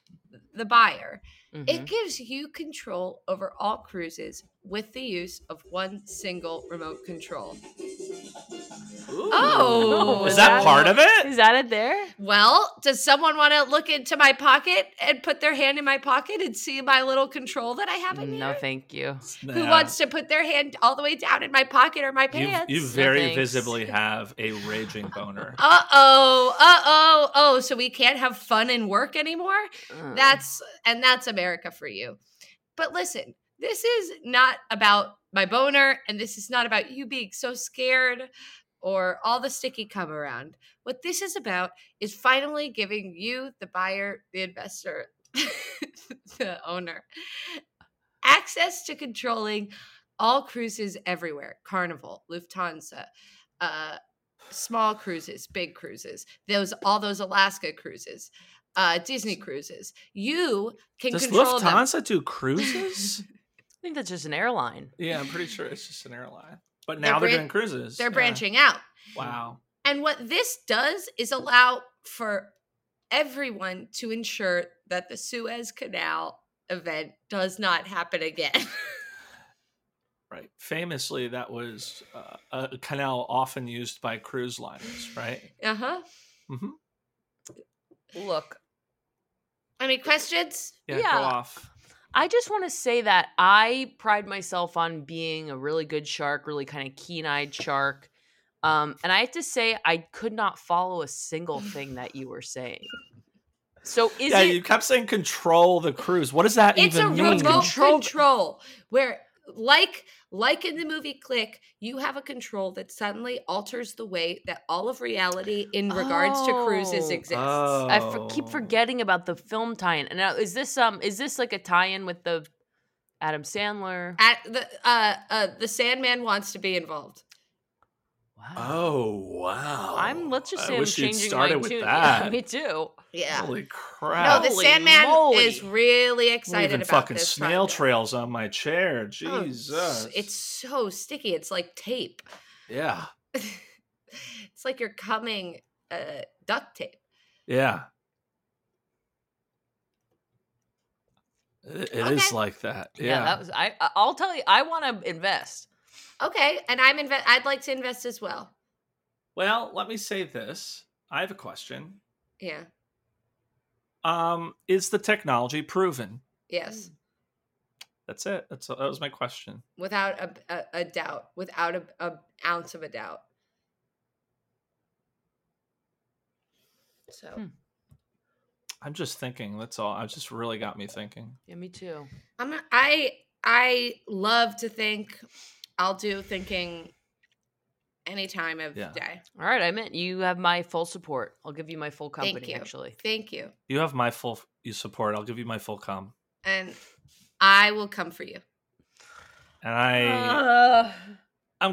Speaker 2: the buyer,
Speaker 1: Mm-hmm.
Speaker 2: It gives you control over all cruises with the use of one single remote control. Oh,
Speaker 3: is that
Speaker 1: Is that-
Speaker 3: part of it?
Speaker 1: Is that it there?
Speaker 2: Well, does someone want to look into my pocket and put their hand in my pocket and see my little control that I have in
Speaker 1: No,
Speaker 2: here?
Speaker 1: thank you.
Speaker 2: Who
Speaker 3: Nah.
Speaker 2: wants to put their hand all the way down in my pocket or my
Speaker 3: You,
Speaker 2: pants?
Speaker 3: you very
Speaker 1: thanks.
Speaker 3: visibly have a raging boner.
Speaker 2: Uh oh, uh oh, oh! So we can't have fun and work anymore.
Speaker 1: Uh,
Speaker 2: That's and that's America for you. But listen, this is not about my boner, and this is not about you being so scared or all the sticky come around. What this is about is finally giving you, the buyer, the investor, the owner, access to controlling all cruises everywhere Carnival, Lufthansa, uh, small cruises, big cruises, those all those Alaska cruises, uh, Disney cruises. You can
Speaker 3: Does
Speaker 2: control them.
Speaker 3: Lufthansa do cruises?
Speaker 1: I think that's just an airline.
Speaker 3: yeah, I'm pretty sure it's just an airline. But
Speaker 2: They're
Speaker 3: now they're,
Speaker 2: bran-
Speaker 3: doing cruises.
Speaker 2: They're
Speaker 3: Yeah.
Speaker 2: branching out.
Speaker 3: Wow.
Speaker 2: And what this does is allow for everyone to ensure that the Suez Canal event does not happen again.
Speaker 3: Right. Famously, that was uh, a canal often used by cruise liners, right?
Speaker 2: uh huh.
Speaker 3: hmm
Speaker 1: Look,
Speaker 2: Any questions?
Speaker 3: Yeah,
Speaker 1: Yeah.
Speaker 3: go off.
Speaker 1: I just want to say that I pride myself on being a really good shark, really kind of keen eyed shark. Um, and I have to say, I could not follow a single thing that you were saying. So is
Speaker 3: yeah,
Speaker 1: it
Speaker 3: you kept saying control the cruise. What does that
Speaker 2: It's a
Speaker 3: even mean?
Speaker 2: remote control,
Speaker 1: Control-
Speaker 2: where like like in the movie click you have a control that suddenly alters the way that all of reality in regards to cruises
Speaker 1: Oh.
Speaker 2: exists
Speaker 1: I for, keep
Speaker 3: Oh.
Speaker 1: forgetting about the film tie-in. And now, is this um is this like a tie-in with the Adam Sandler?
Speaker 2: at the uh, uh the sandman wants to be involved
Speaker 1: Wow.
Speaker 3: Oh wow!
Speaker 1: I'm let's just say
Speaker 3: I
Speaker 1: am
Speaker 3: wish you'd
Speaker 1: changing
Speaker 3: started
Speaker 1: my
Speaker 3: with
Speaker 1: tune. Yeah,
Speaker 3: that.
Speaker 1: me too.
Speaker 2: yeah
Speaker 3: Holy
Speaker 2: no
Speaker 3: crap!
Speaker 2: the
Speaker 1: Holy
Speaker 2: sandman is
Speaker 1: moly.
Speaker 2: really
Speaker 3: I'm
Speaker 2: excited
Speaker 3: leaving
Speaker 2: about
Speaker 3: fucking
Speaker 2: this
Speaker 3: snail
Speaker 2: project.
Speaker 3: trails on my chair.
Speaker 2: Oh, s-
Speaker 3: Jesus!
Speaker 2: it's so sticky it's like tape
Speaker 3: yeah,
Speaker 2: it's like you're coming uh duct tape
Speaker 3: yeah. It, it is
Speaker 2: Okay.
Speaker 3: like that. Yeah.
Speaker 1: Yeah. that was I. I- I'll tell you, I want to invest.
Speaker 2: okay and i'm inve- i'd like to invest as well
Speaker 3: well, let me say this. I have a question.
Speaker 2: yeah
Speaker 3: Um, is the technology proven?
Speaker 2: Yes,
Speaker 3: Mm. That's it. That's that was my question.
Speaker 2: without a, a, a doubt, without a, a ounce of a doubt. So
Speaker 1: Hmm.
Speaker 3: I'm just thinking. That's all. I just really got me thinking.
Speaker 1: Yeah, me too.
Speaker 2: I'm not- I I love to think. I'll do thinking any time of
Speaker 3: Yeah.
Speaker 2: day.
Speaker 1: All right, I meant you have my full support. I'll give you my full company.
Speaker 2: Thank you.
Speaker 1: Actually,
Speaker 2: Thank you,
Speaker 3: You have my full f- you support. I'll give you my full com.
Speaker 2: and I will come for you.
Speaker 3: And I I'm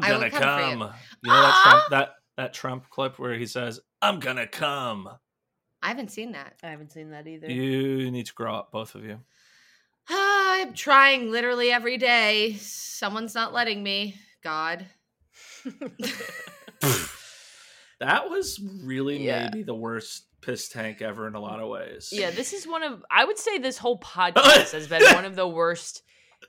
Speaker 2: Uh, I will
Speaker 3: gonna
Speaker 2: come for you.
Speaker 3: come. You know that
Speaker 2: Ah!
Speaker 3: Trump that that Trump clip where he says, "I'm gonna come."
Speaker 2: I haven't seen that.
Speaker 1: I haven't seen that either.
Speaker 3: You need to grow up, both of you.
Speaker 2: I'm trying literally every day. Someone's not letting me. God.
Speaker 3: That was really
Speaker 1: Yeah.
Speaker 3: maybe the worst piss tank ever in a lot of ways.
Speaker 1: Yeah, this is one of I would say this whole podcast has been one of the worst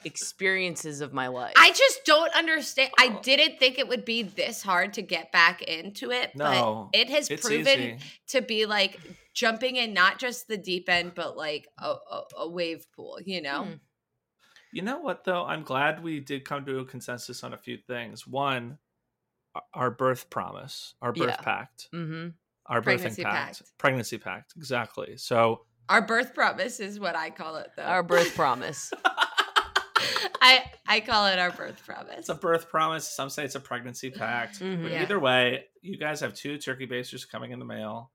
Speaker 1: experiences of my life.
Speaker 2: I just don't understand.
Speaker 3: Oh.
Speaker 2: I didn't think it would be this hard to get back into it,
Speaker 3: No,
Speaker 2: but it has
Speaker 3: It's
Speaker 2: proven
Speaker 3: easy.
Speaker 2: to be like jumping in not just the deep end, but like a, a, a wave pool, you know?
Speaker 1: Hmm.
Speaker 3: You know what though? I'm glad we did come to a consensus on a few things. One, our- our birth promise, our birth
Speaker 1: Yeah.
Speaker 3: pact,
Speaker 1: mm-hmm.
Speaker 3: our
Speaker 2: Pregnancy
Speaker 3: birthing pact,
Speaker 2: pact.
Speaker 3: pregnancy pact. Exactly. So
Speaker 2: Our birth promise is what I call it, though.
Speaker 1: Our birth promise.
Speaker 2: I, I call it our birth promise.
Speaker 3: it's a birth promise. Some say it's a pregnancy pact.
Speaker 1: Mhm.
Speaker 3: But
Speaker 2: Yeah.
Speaker 3: either way, you guys have two turkey basters coming in the mail.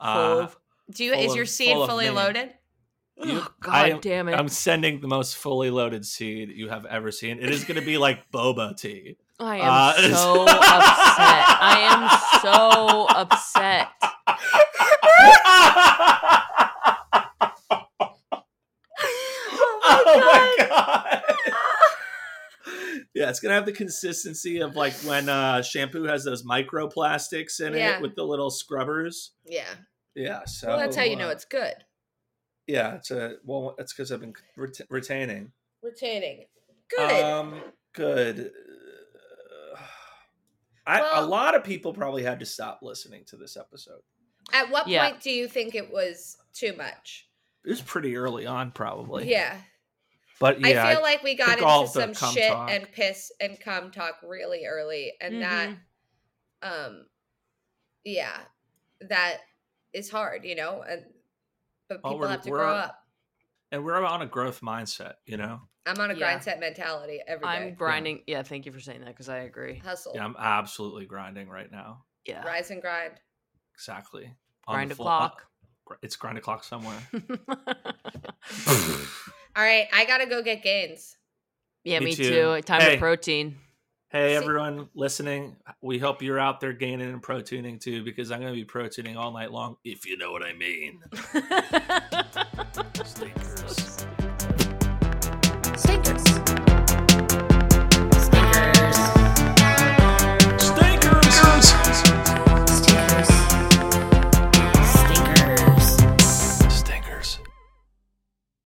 Speaker 1: Full
Speaker 3: Uh,
Speaker 1: of-
Speaker 2: Do you,
Speaker 3: full
Speaker 2: is
Speaker 3: of-
Speaker 2: your seed
Speaker 3: full of
Speaker 2: fully
Speaker 3: me.
Speaker 2: loaded?
Speaker 3: you-
Speaker 1: Ugh, Oh, God
Speaker 3: I am-
Speaker 1: damn it.
Speaker 3: I'm sending the most fully loaded seed you have ever seen. It is going to be like boba tea.
Speaker 1: I am
Speaker 3: Uh, it's-
Speaker 1: so upset. I am so upset.
Speaker 2: oh
Speaker 3: oh my god. yeah, it's gonna have the consistency of like when uh shampoo has those microplastics in
Speaker 2: Yeah.
Speaker 3: it with the little scrubbers.
Speaker 2: Yeah.
Speaker 3: Yeah, so
Speaker 2: Well, that's how you know
Speaker 3: uh,
Speaker 2: it's good.
Speaker 3: Yeah, it's a well. It's because I've been ret- retaining.
Speaker 2: Retaining. Good.
Speaker 3: Um, good. Uh, I, a
Speaker 2: Well-
Speaker 3: lot of people probably had to stop listening to this episode.
Speaker 2: At what
Speaker 1: Yeah.
Speaker 2: point do you think it was too much?
Speaker 3: It was pretty early on, probably.
Speaker 2: Yeah.
Speaker 3: but yeah,
Speaker 2: I feel like we got
Speaker 3: took all
Speaker 2: into
Speaker 3: the
Speaker 2: some
Speaker 3: cum
Speaker 2: shit
Speaker 3: talk.
Speaker 2: and piss and cum talk really early and that
Speaker 1: Mm-hmm.
Speaker 2: um yeah, that is hard, you know? And but
Speaker 3: Oh,
Speaker 2: people
Speaker 3: we're-
Speaker 2: have to
Speaker 3: we're-
Speaker 2: grow up.
Speaker 3: and we're on a growth mindset, you know.
Speaker 2: I'm on a
Speaker 1: Yeah.
Speaker 2: grind set mentality every
Speaker 1: I'm
Speaker 2: day. Uh,
Speaker 1: grinding. Yeah, thank you for saying that because I agree.
Speaker 2: Hustle.
Speaker 3: Yeah, I'm absolutely grinding right now.
Speaker 1: Yeah.
Speaker 2: Rise and grind.
Speaker 3: Exactly. On the
Speaker 1: Grind
Speaker 3: full- on-
Speaker 1: o'clock.
Speaker 3: gr- It's grind o'clock somewhere.
Speaker 2: All right, I gotta go get gains.
Speaker 1: yeah,
Speaker 3: Me
Speaker 1: me,
Speaker 3: too.
Speaker 1: too. Time
Speaker 3: Hey.
Speaker 1: for protein.
Speaker 3: Hey,
Speaker 2: See-
Speaker 3: everyone listening, we hope you're out there gaining and proteining too, because I'm going to be proteining all night long, if you know what I mean. Sleepers.